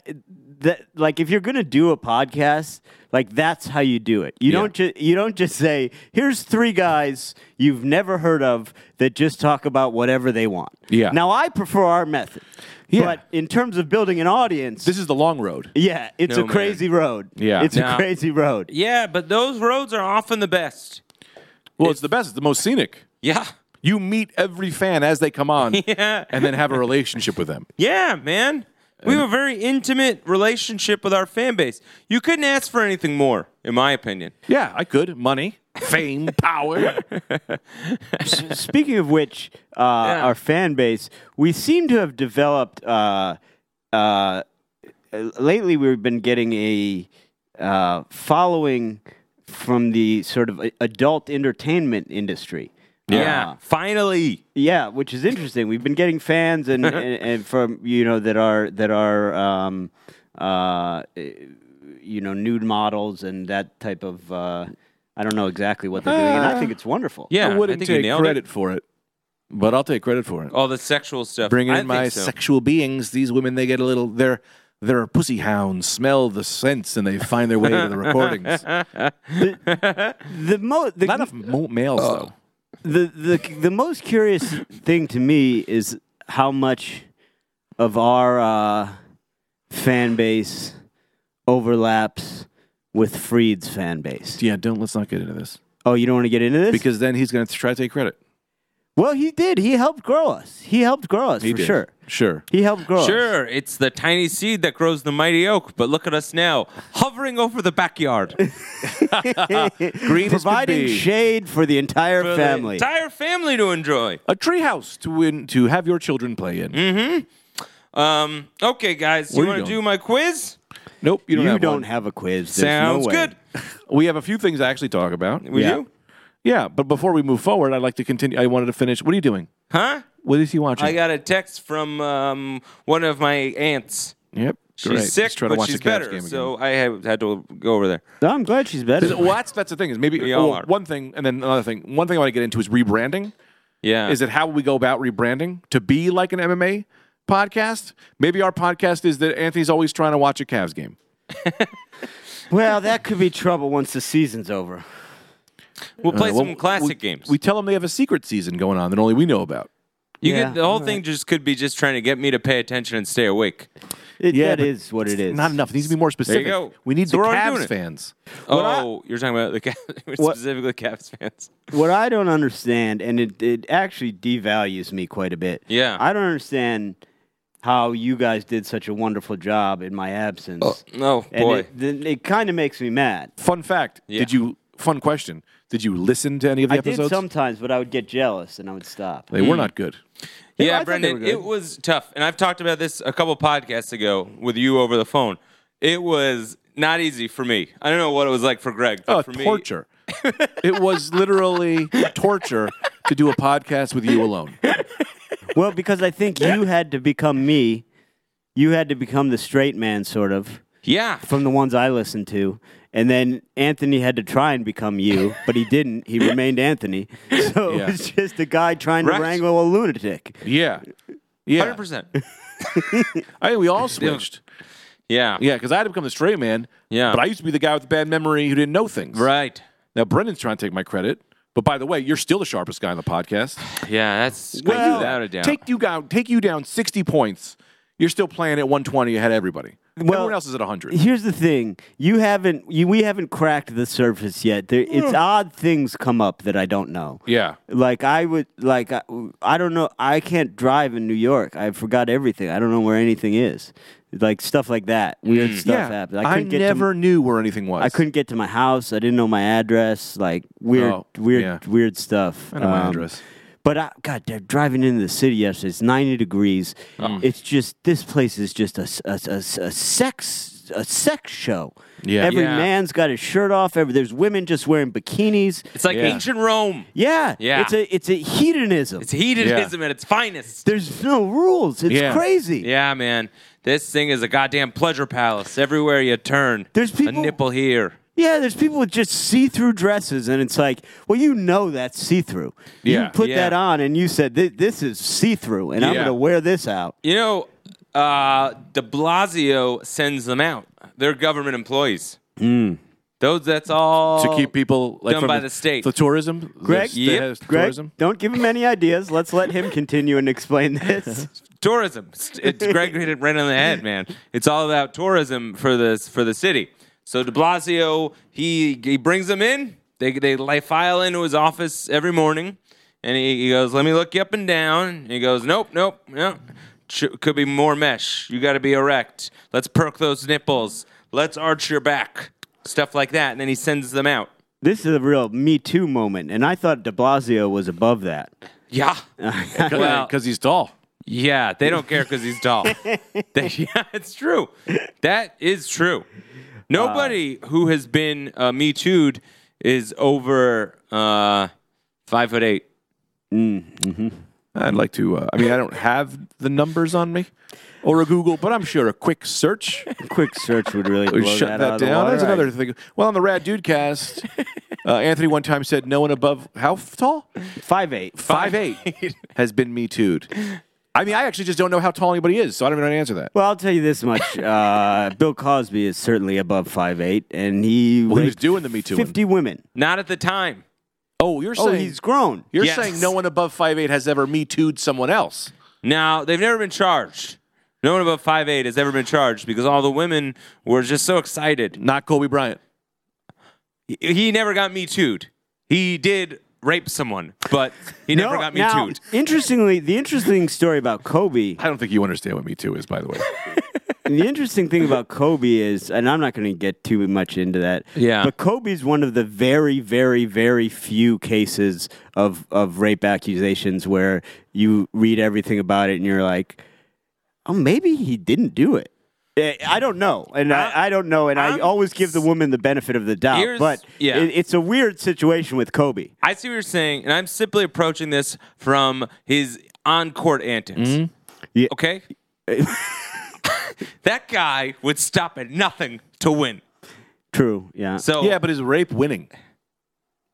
Speaker 1: that like if you're gonna do a podcast, like that's how you do it. You
Speaker 2: Yeah.
Speaker 1: don't ju- you don't just say here's three guys you've never heard of that just talk about whatever they want.
Speaker 2: Yeah.
Speaker 1: Now I prefer our method.
Speaker 2: Yeah.
Speaker 1: But in terms of building an audience,
Speaker 2: This is the long road.
Speaker 1: yeah, it's
Speaker 3: No,
Speaker 1: a crazy road.
Speaker 2: Yeah.
Speaker 1: It's
Speaker 3: Now-
Speaker 1: a crazy road.
Speaker 3: Yeah, but those roads are often the best.
Speaker 2: Well, it's the best. It's the most scenic.
Speaker 3: Yeah.
Speaker 2: You meet every fan as they come on
Speaker 3: Yeah.
Speaker 2: and then have a relationship with them.
Speaker 3: Yeah, man. We have a very intimate relationship with our fan base. You couldn't ask for anything more, in my opinion.
Speaker 2: Yeah, I could. Money, fame, power.
Speaker 1: Speaking of which, uh, our fan base, we seem to have developed. Uh, uh, lately, we've been getting a uh, following from the sort of a- adult entertainment industry. Uh,
Speaker 3: Finally.
Speaker 1: yeah, which is interesting. We've been getting fans and, and, and from you know that are that are um, uh, you know nude models and that type of. Uh, I don't know exactly what they're doing, and I think it's wonderful.
Speaker 3: Yeah.
Speaker 2: I wouldn't
Speaker 3: think you
Speaker 2: take
Speaker 3: nailed
Speaker 2: credit
Speaker 3: It.
Speaker 2: for it, but I'll take credit for it.
Speaker 3: All the sexual stuff.
Speaker 2: Bring
Speaker 3: I
Speaker 2: in
Speaker 3: think
Speaker 2: my
Speaker 3: so.
Speaker 2: sexual beings. These women, they get a little. They're they're pussy hounds. Smell the scents, and they find their way to the recordings. Not
Speaker 1: The mo- the
Speaker 2: enough mo- males though.
Speaker 1: the the the most curious thing to me is how much of our uh, fan base overlaps with Freed's fan base.
Speaker 2: Yeah, don't let's not get into this
Speaker 1: Oh, you don't want to get into this?
Speaker 2: because then he's going to try to take credit.
Speaker 1: well, he did. He helped grow us. He helped grow us for
Speaker 2: did.
Speaker 1: sure.
Speaker 2: Sure.
Speaker 1: He helped grow us.
Speaker 3: Sure, it's the tiny seed that grows the mighty oak, but look at us now, hovering over the backyard.
Speaker 2: Green as could
Speaker 1: providing
Speaker 2: be.
Speaker 1: shade for the entire
Speaker 3: for the
Speaker 1: family.
Speaker 3: entire family to enjoy.
Speaker 2: A treehouse to win to have your children play in.
Speaker 3: Mm. Um, okay, guys, you
Speaker 2: Where you
Speaker 3: want to do
Speaker 2: going?
Speaker 3: my quiz?
Speaker 2: Nope, you don't.
Speaker 1: you
Speaker 2: have
Speaker 1: don't
Speaker 2: one.
Speaker 1: have a quiz. There's
Speaker 3: Sounds
Speaker 1: no way.
Speaker 3: good.
Speaker 2: We have a few things to actually talk about.
Speaker 3: We
Speaker 1: Yeah.
Speaker 3: do?
Speaker 2: Yeah, but before we move forward, I'd like to continue. I wanted to finish. What are you doing?
Speaker 3: Huh?
Speaker 2: What is he watching?
Speaker 3: I got a text from um, one of my aunts.
Speaker 2: yep.
Speaker 3: She's
Speaker 2: great.
Speaker 3: sick,
Speaker 2: Just trying
Speaker 3: but
Speaker 2: to watch
Speaker 3: she's
Speaker 2: the Cavs
Speaker 3: better,
Speaker 2: game again.
Speaker 3: so I have, had to go over there.
Speaker 1: No, I'm glad she's better.
Speaker 2: Well, that's that's the thing is maybe
Speaker 3: We all
Speaker 2: well,
Speaker 3: are.
Speaker 2: one thing and then another thing. One thing I want to get into is rebranding.
Speaker 3: Yeah.
Speaker 2: Is it how we go about rebranding to be like an MMA podcast? Maybe our podcast is that Anthony's always trying to watch a Cavs game.
Speaker 1: Well, that could be trouble once the season's over.
Speaker 3: we'll play
Speaker 2: Uh, well,
Speaker 3: some classic
Speaker 2: we-
Speaker 3: games.
Speaker 2: We tell them they have a secret season going on that only we know about.
Speaker 3: you
Speaker 1: Yeah,
Speaker 3: could, the whole thing just could be just trying to get me to pay attention and stay awake.
Speaker 1: It, that
Speaker 2: but
Speaker 1: is what it is.
Speaker 2: Not enough. It needs to be more specific.
Speaker 3: go.
Speaker 2: We need
Speaker 3: So
Speaker 2: the
Speaker 3: we're already doing
Speaker 2: Cavs
Speaker 3: it.
Speaker 2: fans.
Speaker 3: oh, you're talking about the Cavs,
Speaker 1: What-
Speaker 3: specifically Cavs fans.
Speaker 1: What I don't understand, and it, it actually devalues me quite a bit.
Speaker 3: Yeah.
Speaker 1: I don't understand how you guys did such a wonderful job in my absence.
Speaker 3: Oh,
Speaker 1: and
Speaker 3: boy.
Speaker 1: it, then it kind of makes me mad.
Speaker 2: Fun fact. Did you? Fun question. Did you listen to any of the
Speaker 1: I did
Speaker 2: episodes?
Speaker 1: sometimes, but I would get jealous and I would stop.
Speaker 3: Mm.
Speaker 2: they were not good.
Speaker 1: I
Speaker 3: Yeah,
Speaker 1: thought they were
Speaker 3: Brendan,
Speaker 1: good.
Speaker 3: it was tough. And I've talked about this a couple podcasts ago with you over the phone. It was not easy for me. I don't know what it was like for Greg, but
Speaker 2: Oh,
Speaker 3: for me,
Speaker 2: torture. it was literally torture to do a podcast with you alone.
Speaker 1: Well, because I think you had to become me. You had to become the straight man, sort of,
Speaker 3: Yeah.
Speaker 1: from the ones I listened to. And then Anthony had to try and become you, but he didn't. He remained Anthony. So it
Speaker 2: Yeah.
Speaker 1: was just a guy trying
Speaker 3: Right.
Speaker 1: to wrangle a lunatic.
Speaker 2: Yeah. Yeah.
Speaker 3: 100%.
Speaker 2: I think we all switched.
Speaker 3: Yeah.
Speaker 2: Yeah, because I had to become the straight man.
Speaker 3: Yeah.
Speaker 2: But I used to be the guy with the bad memory who didn't know things.
Speaker 3: Right.
Speaker 2: Now, Brendan's trying to take my credit. But by the way, you're still the sharpest guy on the podcast.
Speaker 3: Yeah, that's
Speaker 2: Well,
Speaker 3: without a doubt.
Speaker 2: Take you down, take you down 60 points. You're still playing at 120 ahead of everybody. Everyone else is at 100.
Speaker 1: Here's the thing: you haven't, you, we haven't cracked the surface yet. There,
Speaker 2: Mm.
Speaker 1: it's odd things come up that I don't know.
Speaker 2: Yeah.
Speaker 1: Like I would, like I, I don't know. I can't drive in New York. I forgot everything. I don't know where anything is. Like stuff like that. Weird stuff
Speaker 2: Mm. yeah.
Speaker 1: happens.
Speaker 2: I,
Speaker 1: couldn't get
Speaker 2: never
Speaker 1: To,
Speaker 2: knew where anything was.
Speaker 1: I couldn't get to my house. I didn't know my address. Like weird,
Speaker 2: Oh,
Speaker 1: weird,
Speaker 2: yeah.
Speaker 1: weird stuff. Um,
Speaker 2: I know my address.
Speaker 1: But I, God, they're driving into the city yesterday. It's 90 degrees.
Speaker 3: Mm.
Speaker 1: It's just this place is just a, s- a s- a s- a sex a sex show.
Speaker 2: Yeah.
Speaker 1: every
Speaker 3: Yeah.
Speaker 1: man's got his shirt off. Every there's women just wearing bikinis.
Speaker 3: it's like
Speaker 2: Yeah.
Speaker 3: ancient Rome.
Speaker 1: Yeah,
Speaker 3: Yeah.
Speaker 1: It's a it's a hedonism.
Speaker 3: It's hedonism at its finest.
Speaker 1: There's no rules. It's
Speaker 2: Yeah.
Speaker 1: crazy.
Speaker 3: Yeah, man. This thing is a goddamn pleasure palace. Everywhere you turn,
Speaker 1: There's people-
Speaker 3: a nipple here.
Speaker 1: Yeah, there's people with just see-through dresses, and it's like, well, you know that's see-through.
Speaker 2: Yeah.
Speaker 1: You put
Speaker 3: Yeah.
Speaker 1: that on, and you said, "Thi- "This is see-through," and I'm
Speaker 2: Yeah.
Speaker 1: going to wear this out.
Speaker 3: You know, uh, De Blasio sends them out. They're government employees. Those. That's all
Speaker 2: Mm. to keep people like
Speaker 3: done
Speaker 2: from
Speaker 3: by the state.
Speaker 2: The tourism,
Speaker 1: Greg?
Speaker 2: the,
Speaker 3: Yep.
Speaker 2: the
Speaker 1: Greg,
Speaker 2: tourism.
Speaker 1: don't give him any ideas. Let's let him continue and explain this.
Speaker 3: tourism. It's- It's Greg hit it right on the head, man. It's all about tourism for this for the city. So De Blasio, he he brings them in. They they li- file into his office every morning, and he, he goes, "Let me look you up and down." And he goes, "Nope, nope, nope. Ch- could be more mesh. You got to be erect. Let's perk those nipples. Let's arch your back. Stuff like that." And then he sends them out.
Speaker 1: This is a real Me Too moment, and I thought De Blasio was above that.
Speaker 3: Yeah.
Speaker 2: Because
Speaker 3: Well-
Speaker 2: he's tall.
Speaker 3: Yeah, they don't care because he's tall. They- yeah, it's true. That is true. Nobody who has been uh, me too'd is over uh, five foot eight.
Speaker 2: I'd like to. Uh, I mean, I don't have the numbers on me or a Google, but I'm sure a quick search
Speaker 1: A quick search would really
Speaker 2: would
Speaker 1: blow
Speaker 2: shut
Speaker 1: that,
Speaker 2: that,
Speaker 1: out of the
Speaker 2: down.
Speaker 1: water.
Speaker 2: That's another
Speaker 1: I-
Speaker 2: thing. Well, on the Rad Dude cast, uh, Anthony one time said no one above how f- tall?
Speaker 1: five eight.
Speaker 2: Five eight has been me too'd. I mean, I actually just don't know how tall anybody is, so I don't even know how to answer that.
Speaker 1: Well, I'll tell you this much: uh, Bill Cosby is certainly above five eight, and he
Speaker 2: Well, he was
Speaker 1: raped
Speaker 2: doing the Me Too.
Speaker 1: fifty women.
Speaker 3: Not at the time.
Speaker 2: Oh, you're
Speaker 1: Oh,
Speaker 2: saying
Speaker 1: he's grown.
Speaker 2: you're
Speaker 3: Yes.
Speaker 2: saying no one above five eight has ever me too'd someone else.
Speaker 3: Now they've never been charged. No one above five eight has ever been charged because all the women were just so excited.
Speaker 2: Not Kobe Bryant.
Speaker 3: He- He never got me too'd. He did rape someone, but he never
Speaker 1: No,
Speaker 3: got me
Speaker 1: now,
Speaker 3: too'd.
Speaker 1: Interestingly, the interesting story about Kobe,
Speaker 2: I don't think you understand what Me Too is, by the way.
Speaker 1: and the interesting thing about Kobe is, and I'm not going to get too much into that.
Speaker 3: Yeah.
Speaker 1: But Kobe's one of the very, very, very few cases of of rape accusations where you read everything about it and you're like, oh, maybe he didn't do it. Eh, I don't know, and I, I don't know, and i
Speaker 3: I'm-
Speaker 1: always give the woman the benefit of the doubt.
Speaker 3: Here's-
Speaker 1: But
Speaker 3: yeah.
Speaker 1: it, it's a weird situation with Kobe.
Speaker 3: I see what you're saying, and I'm simply approaching this from his on court antics.
Speaker 2: Mm-hmm.
Speaker 1: Yeah.
Speaker 3: Okay? that guy would stop at nothing to win.
Speaker 1: True. Yeah.
Speaker 3: So
Speaker 2: Yeah, but is rape winning?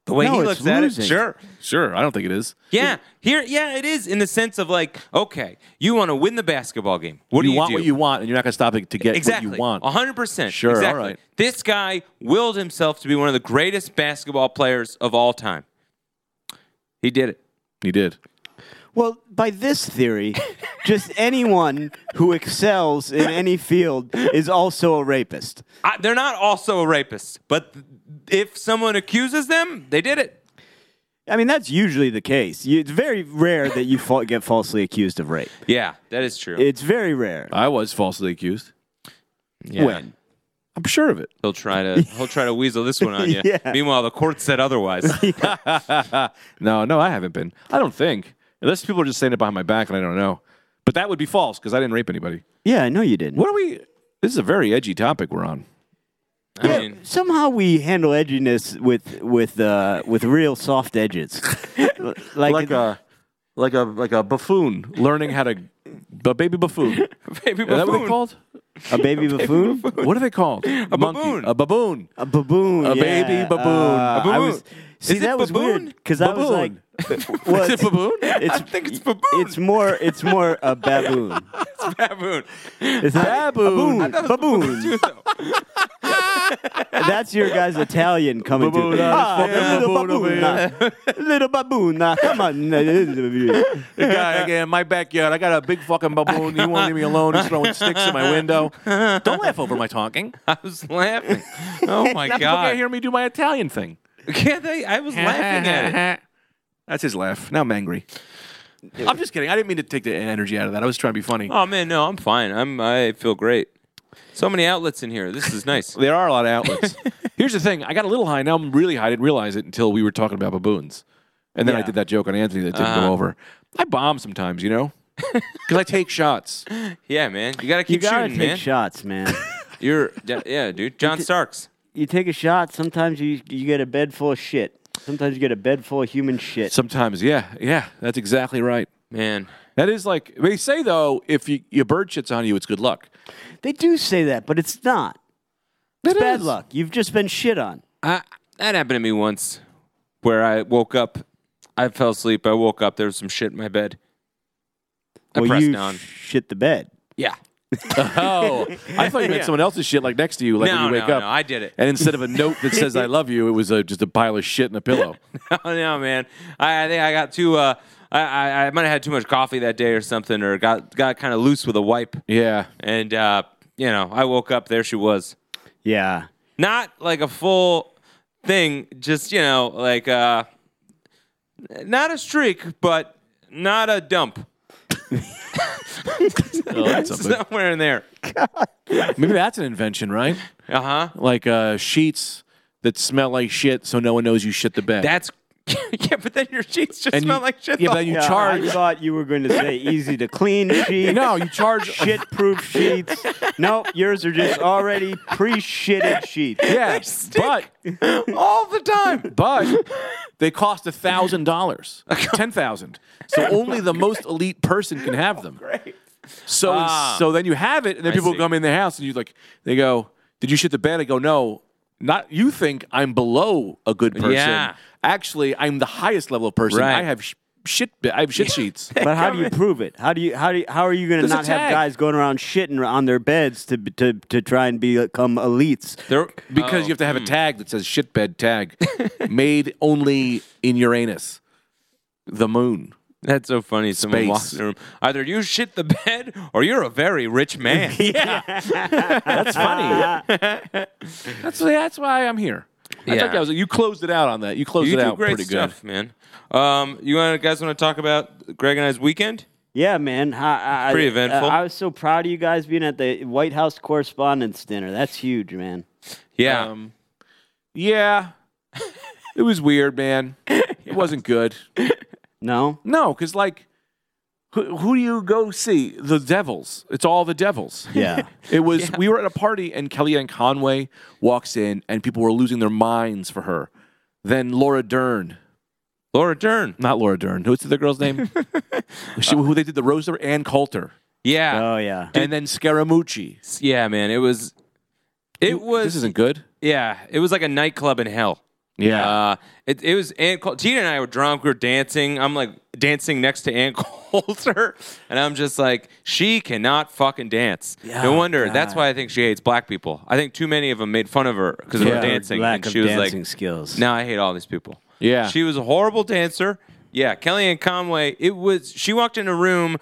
Speaker 3: the way
Speaker 1: No,
Speaker 3: he
Speaker 1: it's
Speaker 3: looks at
Speaker 1: losing.
Speaker 3: it, sure.
Speaker 2: Sure, I don't think it is.
Speaker 3: Yeah. Here yeah, it is in the sense of like, okay, you want to win the basketball game. What
Speaker 2: you
Speaker 3: do you
Speaker 2: want
Speaker 3: do?
Speaker 2: what you want, and you're not going to stop it to get
Speaker 3: exactly. Uh-huh.
Speaker 2: what you want.
Speaker 3: 100%.
Speaker 2: Sure, all
Speaker 3: Exactly.
Speaker 2: right.
Speaker 3: This guy willed himself to be one of the greatest basketball players of all time. He did it.
Speaker 2: He did.
Speaker 1: Well, by this theory, just anyone who excels in any field is also a rapist.
Speaker 3: I, they're not also a rapist, but th- if someone accuses them, they did it.
Speaker 1: I mean, that's usually the case. You, it's very rare that you fa- get falsely accused of rape.
Speaker 3: Yeah, that is true.
Speaker 1: It's very rare.
Speaker 2: I was falsely accused.
Speaker 3: yeah.
Speaker 1: When?
Speaker 2: I'm sure of it.
Speaker 3: he'll try to he'll try to weasel this one on you.
Speaker 1: Yeah.
Speaker 3: Meanwhile, the court said otherwise.
Speaker 2: No, no, I haven't been. I don't think. Unless people are just saying it behind my back and I don't know. But that would be false because I didn't rape anybody.
Speaker 1: Yeah, I know you didn't.
Speaker 2: What are we? This is a very edgy topic we're on.
Speaker 3: I
Speaker 1: Yeah,
Speaker 3: mean,
Speaker 1: somehow we handle edginess with with uh, with real soft edges, like,
Speaker 2: Like a, like a, like a buffoon learning how to, a baby buffoon.
Speaker 3: baby
Speaker 2: Is that what
Speaker 3: buffoon.
Speaker 2: they called?
Speaker 1: a baby buffoon,
Speaker 2: What are they called? A
Speaker 3: baboon.
Speaker 2: A baboon.
Speaker 1: a baboon,
Speaker 2: A
Speaker 1: yeah.
Speaker 2: baby baboon.
Speaker 1: Uh,
Speaker 3: A
Speaker 1: I was,
Speaker 3: baboon.
Speaker 1: see,
Speaker 3: Is it
Speaker 1: that was
Speaker 3: baboon?
Speaker 1: weird because I was like,
Speaker 2: Baboon.
Speaker 1: well,
Speaker 2: Is it
Speaker 1: it's,
Speaker 2: baboon?
Speaker 1: it's-
Speaker 3: I think it's baboon.
Speaker 1: it's more it's more a baboon.
Speaker 3: It's baboon.
Speaker 1: It's not baboon.
Speaker 2: Baboon.
Speaker 1: Baboon. That's your guy's Italian coming
Speaker 2: Baboon,
Speaker 1: to. Ah,
Speaker 2: uh, yeah,
Speaker 1: little
Speaker 2: baboon over
Speaker 1: baboon, uh, little baboon. uh, Come on, uh, little baboon.
Speaker 2: The guy again, in my backyard. I got a big fucking baboon. He won't leave me alone. He's throwing sticks at my window. Don't laugh over my talking.
Speaker 3: I was laughing. Oh my
Speaker 2: Now people can't
Speaker 3: god!
Speaker 2: hear me do my Italian thing.
Speaker 3: Can't they? I was laughing at it.
Speaker 2: That's his laugh. Now I'm angry. I'm just kidding. I didn't mean to take the energy out of that. I was trying to be funny.
Speaker 3: Oh man, no, I'm fine. I'm. I feel great. So many outlets in here. This is nice.
Speaker 2: There are a lot of outlets. Here's the thing. I got a little high. Now I'm really high. I didn't realize it until we were talking about baboons. And then I
Speaker 1: Yeah.
Speaker 2: did that joke on Anthony that didn't go over. I bomb sometimes, you know? Because I take shots.
Speaker 3: Yeah, man. You gotta keep
Speaker 1: You gotta
Speaker 3: shooting,
Speaker 1: take
Speaker 3: man.
Speaker 1: shots, man.
Speaker 3: You're. yeah, Yeah, dude. John Starks.
Speaker 1: you take a shot. Sometimes you you get a bed full of shit. Sometimes you get a bed full of human shit.
Speaker 2: Sometimes, yeah. Yeah, that's exactly right.
Speaker 3: Man.
Speaker 2: That is like, they say, though, if you, your bird shits on you, it's good luck.
Speaker 1: They do say that, but it's not. It's
Speaker 2: It
Speaker 1: bad
Speaker 2: is.
Speaker 1: luck. You've just been shit on.
Speaker 3: I, that happened to me once where I woke up. I fell asleep. I woke up. There was some shit in my bed. I
Speaker 1: well,
Speaker 3: pressed
Speaker 1: you
Speaker 3: down.
Speaker 1: shit the bed.
Speaker 3: Yeah.
Speaker 2: Oh, I thought you meant someone else's shit, like next to you, like
Speaker 3: no,
Speaker 2: when you wake
Speaker 3: no,
Speaker 2: up.
Speaker 3: no. I did it.
Speaker 2: and instead of a note that says "I love you," it was uh, just a pile of shit and a pillow.
Speaker 3: oh, no, man. I, I think I got too. Uh, I, I, I might have had too much coffee that day or something, or got got kind of loose with a wipe.
Speaker 2: yeah,
Speaker 3: And uh, you know, I woke up. There she was.
Speaker 1: Yeah.
Speaker 3: Not like a full thing. Just you know, like uh, not a streak, but not a dump.
Speaker 2: Oh, that's something.
Speaker 3: Somewhere in there.
Speaker 2: Maybe that's an invention, right?
Speaker 3: Uh huh.
Speaker 2: Like uh, sheets that smell like shit, so no one knows you shit the bed.
Speaker 3: That's yeah, but then your sheets just
Speaker 2: And
Speaker 3: smell
Speaker 2: you-
Speaker 3: like shit. the
Speaker 2: yeah, but then you
Speaker 3: whole-
Speaker 1: Yeah,
Speaker 2: charge-
Speaker 1: I thought you were going to say easy to clean sheets.
Speaker 2: no, you charge.
Speaker 1: Shit proof sheets. No, yours are just already pre shitted sheets.
Speaker 2: yeah, but
Speaker 3: all the time.
Speaker 2: but they cost a thousand dollars, ten thousand. So only the most elite person can have them.
Speaker 1: Great.
Speaker 2: So
Speaker 3: Ah.
Speaker 2: so then you have it, and then people
Speaker 3: see.
Speaker 2: come in the house, and you like they go, "Did you shit the bed?" I go, "No, not." You think I'm below a good person?
Speaker 3: Yeah.
Speaker 2: Actually, I'm the highest level of person.
Speaker 3: Right.
Speaker 2: I have sh- shit. I have shit sheets.
Speaker 1: But how do you prove it? How do you how do you, how are you going to
Speaker 2: There's a
Speaker 1: not have
Speaker 2: tag.
Speaker 1: guys going around shitting on their beds to to to try and become elites?
Speaker 3: There,
Speaker 2: Because
Speaker 3: Oh.
Speaker 2: you have to have a
Speaker 3: hmm.
Speaker 2: tag that says shit bed tag, made only in Uranus, the moon.
Speaker 3: That's so funny. Someone
Speaker 2: Space.
Speaker 3: walks in the room. Either you shit the bed, or you're a very rich man.
Speaker 2: That's funny. that's that's why I'm here. I
Speaker 3: Yeah.
Speaker 2: thought that was you closed it out on that. You closed
Speaker 3: you
Speaker 2: it
Speaker 3: do
Speaker 2: out
Speaker 3: great
Speaker 2: pretty
Speaker 3: stuff, man. Um, you want guys want to talk about Greg and I's weekend?
Speaker 1: Yeah, man. I, I,
Speaker 3: Pretty eventful.
Speaker 1: I, I was so proud of you guys being at the White House Correspondents' Dinner. That's huge, man.
Speaker 3: Yeah,
Speaker 2: good. Um, yeah, it was weird, man. It wasn't good.
Speaker 1: No,
Speaker 2: No, because like, who, who do you go see? The Devils. It's all the Devils.
Speaker 1: yeah,
Speaker 2: It was. We were at a party, and Kellyanne Conway walks in, and people were losing their minds for her. Then Laura Dern,
Speaker 3: Laura Dern.
Speaker 2: not Laura Dern. What's the girl's name? she, who they did the Rosa Ann Coulter,
Speaker 3: Yeah,
Speaker 1: oh yeah.
Speaker 2: and then Scaramucci.
Speaker 3: S- yeah, man. It was. It was.
Speaker 2: This isn't good.
Speaker 3: yeah, it was like a nightclub in hell.
Speaker 2: Yeah.
Speaker 3: Uh, it, it was Ann Col- Tina and I were drunk. We were dancing. I'm like dancing next to Ann Coulter, and I'm just like, she cannot fucking dance. no
Speaker 1: Yeah,
Speaker 3: wonder. That's
Speaker 1: God.
Speaker 3: why I think she hates black people. I think too many of them made fun of her because of
Speaker 2: Yeah.
Speaker 3: her dancing.
Speaker 1: Lack
Speaker 3: and
Speaker 1: of
Speaker 3: she was
Speaker 1: dancing
Speaker 3: like,
Speaker 1: skills.
Speaker 3: "No, I hate all these people."
Speaker 2: Yeah.
Speaker 3: she was a horrible dancer. Yeah, Kellyanne Conway. It was. She walked in a room,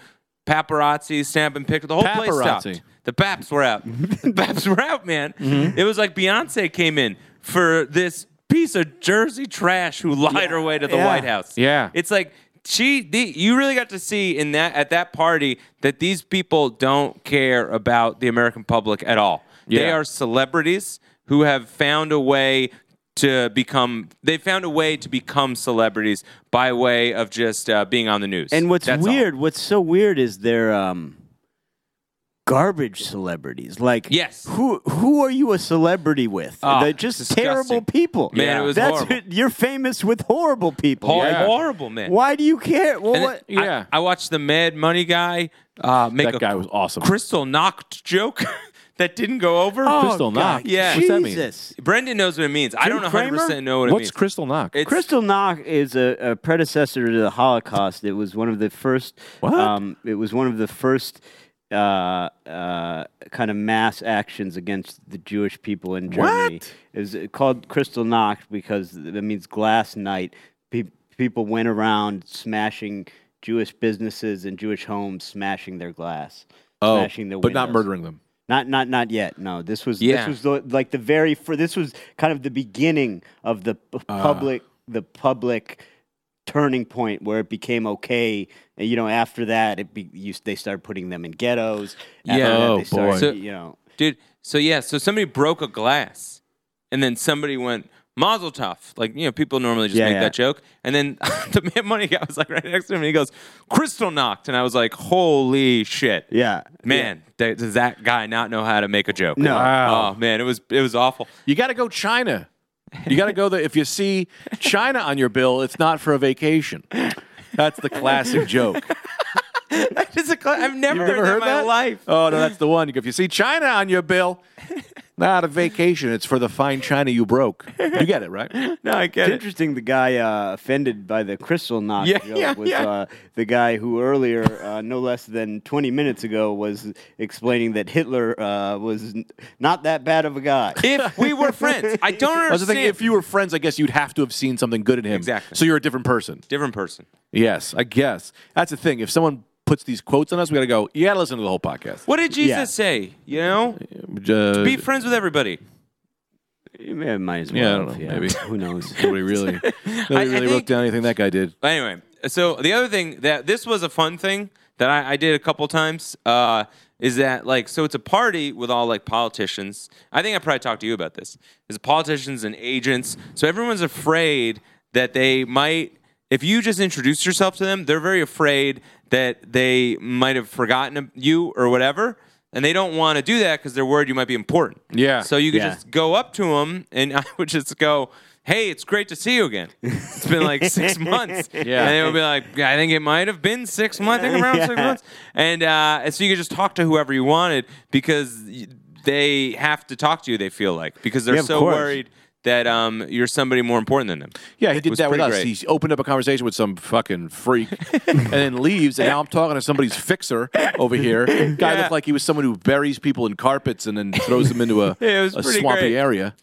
Speaker 3: paparazzi snapping pictures. The whole place
Speaker 2: Paparazzi.
Speaker 3: stopped. The Baps were out. the Baps were out, man.
Speaker 2: Mm-hmm.
Speaker 3: It was like Beyonce came in for this piece of Jersey trash who lied her way to the
Speaker 1: Yeah.
Speaker 3: White House.
Speaker 2: Yeah.
Speaker 3: it's like she. The, you really got to see in that at that party that these people don't care about the American public at all. They
Speaker 2: Yeah.
Speaker 3: are celebrities who have found a way to become. They found a way to become celebrities by way of just uh, being on the news.
Speaker 1: And what's
Speaker 3: That's all.
Speaker 1: weird, what's so weird is they're um, garbage celebrities. Like,
Speaker 3: Yes.
Speaker 1: who who are you a celebrity with?
Speaker 3: Ah,
Speaker 1: they're just
Speaker 3: disgusting.
Speaker 1: terrible people.
Speaker 3: Man, it was
Speaker 1: That's
Speaker 3: horrible.
Speaker 1: you're famous with horrible people.
Speaker 3: Hor-
Speaker 1: Like,
Speaker 3: horrible man.
Speaker 1: Why do you care? Well,
Speaker 3: And
Speaker 1: what?
Speaker 3: then I-
Speaker 2: Yeah.
Speaker 3: I, watched the Mad Money guy uh, make
Speaker 2: That
Speaker 3: a
Speaker 2: guy was awesome.
Speaker 3: crystal knocked joke that didn't go over.
Speaker 2: Crystal Knock.
Speaker 3: Yeah.
Speaker 2: What's that mean?
Speaker 1: Jesus.
Speaker 3: Brendan knows what it means. I don't 100
Speaker 1: Jim Cramer?
Speaker 3: percent know what it
Speaker 2: What's
Speaker 3: means.
Speaker 2: Crystal Knock?
Speaker 3: It's-
Speaker 1: Crystal Knock is a, a predecessor to the Holocaust. It was one of the first.
Speaker 2: What?
Speaker 1: Um, it was one of the first uh, uh, kind of mass actions against the Jewish people in Germany.
Speaker 2: What?
Speaker 1: It was uh, called Crystal Knock because it means glass night. Pe- people went around smashing Jewish businesses and Jewish homes, smashing their glass,
Speaker 2: oh,
Speaker 1: smashing their
Speaker 2: but not
Speaker 1: windows.
Speaker 2: murdering them.
Speaker 1: Not, not, not yet. No, this was
Speaker 3: Yeah.
Speaker 1: this was the, like the very for this was kind of the beginning of the p-
Speaker 3: Uh.
Speaker 1: public the public turning point where it became okay. And, You know, after that, it be, you, they started putting them in ghettos. After
Speaker 3: Yeah.
Speaker 1: that,
Speaker 2: Oh,
Speaker 1: they started,
Speaker 2: boy.
Speaker 3: So-
Speaker 1: you know,
Speaker 3: dude. So yeah, so somebody broke a glass, and then somebody went Mazel Tov. Like you know, people normally just
Speaker 1: Yeah,
Speaker 3: make
Speaker 1: yeah.
Speaker 3: that joke, and then the man money guy was like right next to him, and he goes Crystal knocked, and I was like, holy shit,
Speaker 1: yeah,
Speaker 3: man, that- does that guy not know how to make a joke?
Speaker 1: No.
Speaker 2: Wow.
Speaker 3: Oh man, it was it was awful.
Speaker 2: You got to go China. You got to go there. If you see China on your bill, it's not for a vacation. That's the classic joke.
Speaker 3: That is a cla- I've never,
Speaker 2: Ever
Speaker 3: that
Speaker 2: heard
Speaker 3: in my
Speaker 2: that?
Speaker 3: life.
Speaker 2: Oh no, that's the one. You go, If you see China on your bill, not a vacation. It's for the fine China you broke. You get it right.
Speaker 3: No, I get
Speaker 1: It's
Speaker 3: it.
Speaker 1: interesting. The guy uh, offended by the crystal knock
Speaker 3: Yeah,
Speaker 1: joke
Speaker 3: yeah,
Speaker 1: was
Speaker 3: yeah.
Speaker 1: Uh, the guy who earlier, uh, no less than 20 minutes ago, was explaining that Hitler uh, was n- not that bad of a guy.
Speaker 3: If we were friends, I don't
Speaker 2: I was
Speaker 3: understand.
Speaker 2: thinking, if you were friends, I guess you'd have to have seen something good in him.
Speaker 3: Exactly.
Speaker 2: So you're a different person.
Speaker 3: different person.
Speaker 2: Yes, I guess that's the thing. If someone puts these quotes on us, we got to go. You got to listen to the whole podcast.
Speaker 3: What did Jesus
Speaker 1: Yeah.
Speaker 3: say? You know,
Speaker 2: Uh,
Speaker 3: be friends with everybody.
Speaker 1: You may might as well.
Speaker 2: Yeah, I
Speaker 1: have,
Speaker 2: don't know, maybe.
Speaker 1: Who knows?
Speaker 2: nobody really, nobody
Speaker 3: I
Speaker 2: really
Speaker 3: think-
Speaker 2: wrote down anything that guy did.
Speaker 3: But anyway, so the other thing that this was a fun thing that I, I did a couple times uh, is that like so it's a party with all like politicians. I think I probably talked to you about this. Is politicians and agents. So everyone's afraid that they might. If you just introduce yourself to them, they're very afraid that they might have forgotten you or whatever, and they don't want to do that because they're worried you might be important.
Speaker 2: Yeah.
Speaker 3: So you could
Speaker 1: Yeah.
Speaker 3: just go up to them, and I would just go, "Hey, it's great to see you again. It's been like six months."
Speaker 2: Yeah.
Speaker 3: And they would be like, I think it might have been six months. I think around six
Speaker 1: Yeah.
Speaker 3: months. And, uh, and so you could just talk to whoever you wanted because y- they have to talk to you, they feel like, because they're
Speaker 1: Yeah, of
Speaker 3: so
Speaker 1: course.
Speaker 3: worried that um, you're somebody more important than them.
Speaker 2: Yeah, he did
Speaker 3: was
Speaker 2: that with
Speaker 3: pretty
Speaker 2: us.
Speaker 3: great.
Speaker 2: He opened up a conversation with some fucking freak and then leaves. And now I'm talking to somebody's fixer over here. Guy
Speaker 3: Yeah.
Speaker 2: looked like he was someone who buries people in carpets and then throws them into a,
Speaker 3: Yeah, it was
Speaker 2: a
Speaker 3: pretty
Speaker 2: swampy
Speaker 3: great.
Speaker 2: area.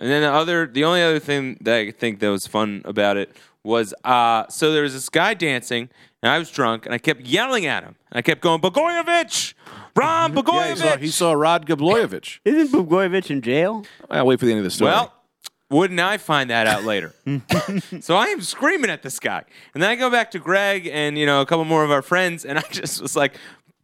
Speaker 3: And then the other, the only other thing that I think that was fun about it was, uh, so there was this guy dancing, and I was drunk, and I kept yelling at him, and I kept going, Bogoyevich, Ron
Speaker 2: Yeah, he,
Speaker 3: Bogoyevich.
Speaker 2: saw, he saw Rod Gabloyevich.
Speaker 1: Isn't Blagojevich in jail?
Speaker 2: I'll wait for the end of the story.
Speaker 3: Well, wouldn't I find that out later? so I am screaming at this guy. And then I go back to Greg and, you know, a couple more of our friends, and I just was like,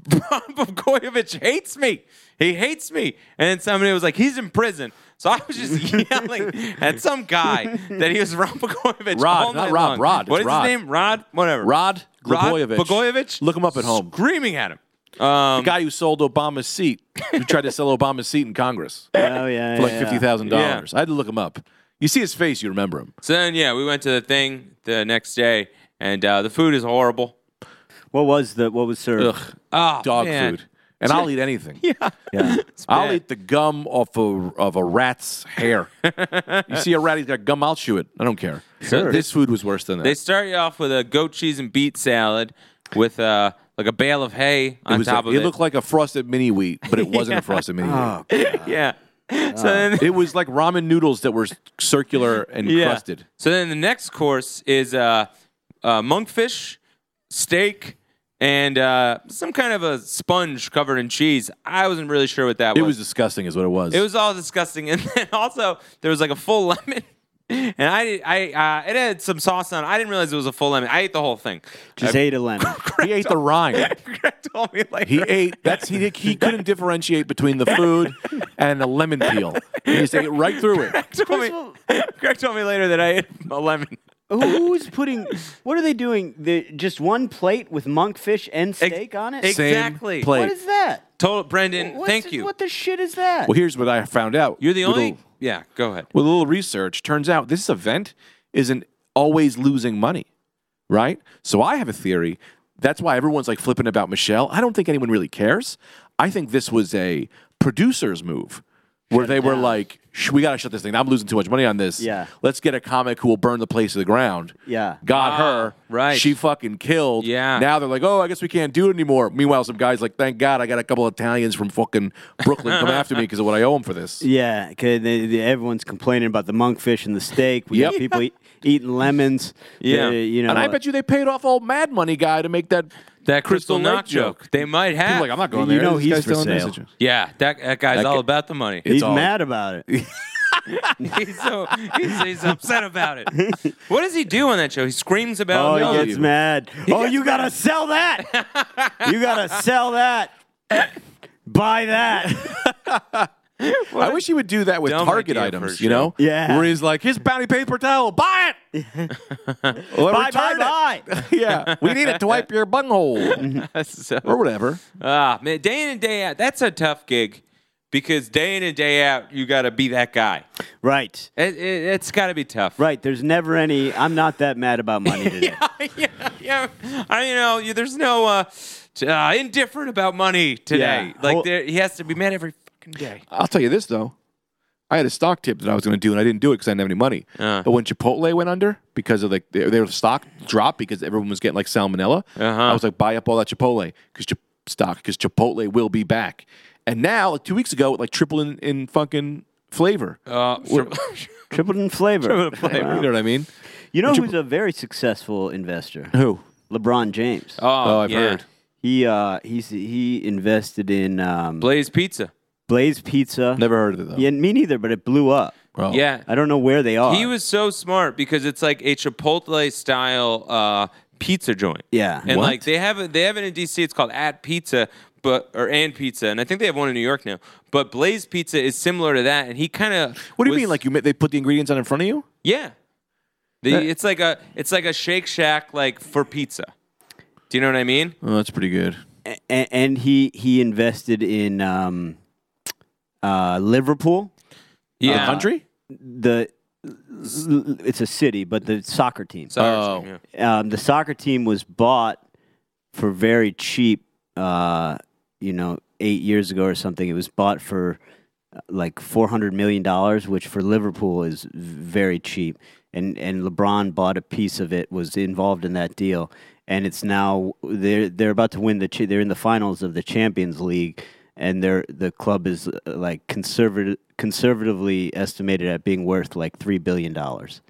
Speaker 3: Bron Bogojevich hates me. He hates me. And then somebody was like, he's in prison. So I was just yelling at some guy that he was Ron Bogojevich.
Speaker 2: Rod,
Speaker 3: all
Speaker 2: not
Speaker 3: night
Speaker 2: Rob,
Speaker 3: long.
Speaker 2: Rod.
Speaker 3: What
Speaker 2: It's
Speaker 3: is
Speaker 2: Rod.
Speaker 3: his name? Rod? Whatever.
Speaker 2: Rod
Speaker 3: Rod
Speaker 2: Blagojevich.
Speaker 3: Blagojevich?
Speaker 2: Look him up at home.
Speaker 3: Screaming at him. Um,
Speaker 2: guy who sold Obama's seat, who tried to sell Obama's seat in Congress for
Speaker 1: Oh yeah,
Speaker 2: like
Speaker 1: yeah.
Speaker 2: fifty thousand dollars. I had to look him up. You see his face, you remember him.
Speaker 3: so then, yeah, we went to the thing the next day, and uh, the food is horrible.
Speaker 1: What was the what was served?
Speaker 2: Ugh,
Speaker 3: Oh,
Speaker 2: dog
Speaker 3: man.
Speaker 2: food, and I'll eat anything.
Speaker 1: Yeah.
Speaker 2: I'll
Speaker 3: bad.
Speaker 2: eat the gum off a, of a rat's hair. you see a rat, he's got gum. I'll chew it. I don't care.
Speaker 3: Sure.
Speaker 2: This food was worse than that.
Speaker 3: They start you off with a goat cheese and beet salad with uh, like a bale of hay on
Speaker 2: it, was
Speaker 3: top
Speaker 2: a-
Speaker 3: of it. Oh.
Speaker 2: it looked like a frosted mini wheat, but it wasn't a frosted mini wheat.
Speaker 3: yeah. So then,
Speaker 2: It was like ramen noodles that were circular and
Speaker 3: yeah.
Speaker 2: crusted.
Speaker 3: So then the next course is uh, uh, monkfish, steak, and uh, some kind of a sponge covered in cheese. I wasn't really sure what that
Speaker 2: It was disgusting, is what it was.
Speaker 3: It was all disgusting, and then also there was like a full lemon, and I, I, uh, it had some sauce on. it. I didn't realize it was a full lemon. I ate the whole thing.
Speaker 1: Just ate a lemon.
Speaker 2: he ate the rind.
Speaker 3: Greg told me later.
Speaker 2: He ate. That's he. He couldn't differentiate between the food and the lemon peel. He just ate it right through it.
Speaker 3: told me-
Speaker 1: First of all,
Speaker 3: Greg told me later that I ate a lemon.
Speaker 1: Who- Who's putting? What are they doing? The, just one plate with monkfish and steak on it.
Speaker 3: ex-
Speaker 2: Same
Speaker 3: Exactly.
Speaker 2: plate.
Speaker 1: What is that?
Speaker 3: Total Brendan,
Speaker 1: What's-
Speaker 3: thank you.
Speaker 1: What the shit is that?
Speaker 2: Well, here's what I found out.
Speaker 3: You're the
Speaker 2: with
Speaker 3: only.
Speaker 2: a-
Speaker 3: yeah, go ahead.
Speaker 2: with a little research, turns out this event isn't always losing money, right? So I have a theory. That's why everyone's like flipping about Michelle. I don't think anyone really cares. I think this was a producer's move where they were like, "Sh- we got to shut this thing down. I'm losing too much money on this.
Speaker 1: Yeah.
Speaker 2: Let's get a comic who will burn the place to the ground.
Speaker 1: Yeah.
Speaker 2: Got
Speaker 3: Ah,
Speaker 2: her.
Speaker 3: right.
Speaker 2: She fucking killed.
Speaker 3: Yeah.
Speaker 2: Now they're like, oh, I guess we can't do it anymore. Meanwhile, some guy's like, thank God I got a couple Italians from fucking Brooklyn coming after me because of what I owe them for this.
Speaker 1: Yeah, 'cause they- they- everyone's complaining about the monkfish and the steak. We got
Speaker 2: Yep.
Speaker 1: people eat, eating lemons.
Speaker 3: Yeah.
Speaker 1: Uh, you know.
Speaker 2: and I bet you they paid off old Mad Money guy to make that
Speaker 3: That Crystal,
Speaker 2: Lake
Speaker 3: Knock joke. They might
Speaker 2: People
Speaker 3: have.
Speaker 2: are like I'm not going
Speaker 1: You
Speaker 2: there.
Speaker 1: know
Speaker 2: This
Speaker 1: he's
Speaker 2: guy's
Speaker 1: for
Speaker 2: selling
Speaker 1: sale.
Speaker 2: messages.
Speaker 3: yeah, that, that guy's
Speaker 2: That
Speaker 3: all
Speaker 2: guy-
Speaker 3: about the money.
Speaker 1: he's
Speaker 2: all-
Speaker 1: mad about it.
Speaker 3: he's so he's, he's upset about it. What does he do on that show? He screams about.
Speaker 1: Oh,
Speaker 3: no.
Speaker 1: he gets mad. oh, you gotta sell that. you gotta sell that. Buy that.
Speaker 2: I wish he would do that with
Speaker 3: dumb
Speaker 2: Target
Speaker 3: idea for a
Speaker 2: items.
Speaker 3: show.
Speaker 2: You know,
Speaker 1: Yeah.
Speaker 2: where he's like, his bounty paid per towel. Buy it.
Speaker 1: buy,
Speaker 2: Or
Speaker 1: buy,
Speaker 2: return it.
Speaker 1: buy.
Speaker 2: yeah, we need it to wipe your bunghole
Speaker 3: So-
Speaker 2: or whatever.
Speaker 3: Ah, man, day in and day out. That's a tough gig because day in and day out, you got to be that guy.
Speaker 1: Right.
Speaker 3: It, it, it's got to be tough.
Speaker 1: Right. There's never any. I'm not that mad about money today.
Speaker 3: yeah, yeah. I, you know, you- there's no uh, t- uh, indifferent about money today.
Speaker 1: Yeah.
Speaker 3: Like
Speaker 1: Well-
Speaker 3: there, he has to be mad every fucking day.
Speaker 2: I'll tell you this though. I had a stock tip that I was going to do, and I didn't do it because I didn't have any money.
Speaker 3: Uh.
Speaker 2: But when Chipotle went under because of like their, their stock dropped because everyone was getting like salmonella,
Speaker 3: Uh-huh.
Speaker 2: I was like, buy up all that Chipotle because Chip stock because Chipotle will be back. And now, like two weeks ago, it like tripled in, in fucking flavor.
Speaker 3: Uh,
Speaker 2: What-
Speaker 1: Tripled in flavor.
Speaker 2: you know what I mean?
Speaker 1: You know who's a very successful investor?
Speaker 2: Who?
Speaker 1: LeBron James.
Speaker 3: oh,
Speaker 2: Oh, I've
Speaker 3: yeah.
Speaker 2: heard.
Speaker 1: He uh, he's he invested in um,
Speaker 3: Blaze Pizza.
Speaker 1: Blaze Pizza.
Speaker 2: Never heard of it though.
Speaker 1: Yeah, me neither. But it blew up.
Speaker 2: Bro.
Speaker 3: Yeah.
Speaker 1: I don't know where they are.
Speaker 3: He was so smart because it's like a Chipotle style uh, pizza joint.
Speaker 1: Yeah.
Speaker 3: and
Speaker 1: What?
Speaker 3: like they have it, they have it in DC. It's called At Pizza, but or and Pizza, and I think they have one in New York now. But Blaze Pizza is similar to that, and he kind of
Speaker 2: What do you mean? Like you ma- they put the ingredients on in front of you?
Speaker 3: yeah, the, it's like a it's like a Shake Shack like for pizza. Do you know what I mean?
Speaker 2: Oh, that's pretty good.
Speaker 1: A- and, he he invested in um, uh, Liverpool.
Speaker 3: Yeah,
Speaker 2: The country?
Speaker 1: The it's a city, but the soccer team.
Speaker 3: Sorry,
Speaker 2: Oh.
Speaker 3: yeah.
Speaker 1: um, the soccer team was bought for very cheap. Uh, you know, eight years ago or something, it was bought for uh, like four hundred million dollars, which for Liverpool is v- very cheap. And and LeBron bought a piece of it, was involved in that deal, and it's now they're they're about to win the cha- they're in the finals of the Champions League, and they're the club is uh, like conservative conservatively estimated at being worth like three billion dollars.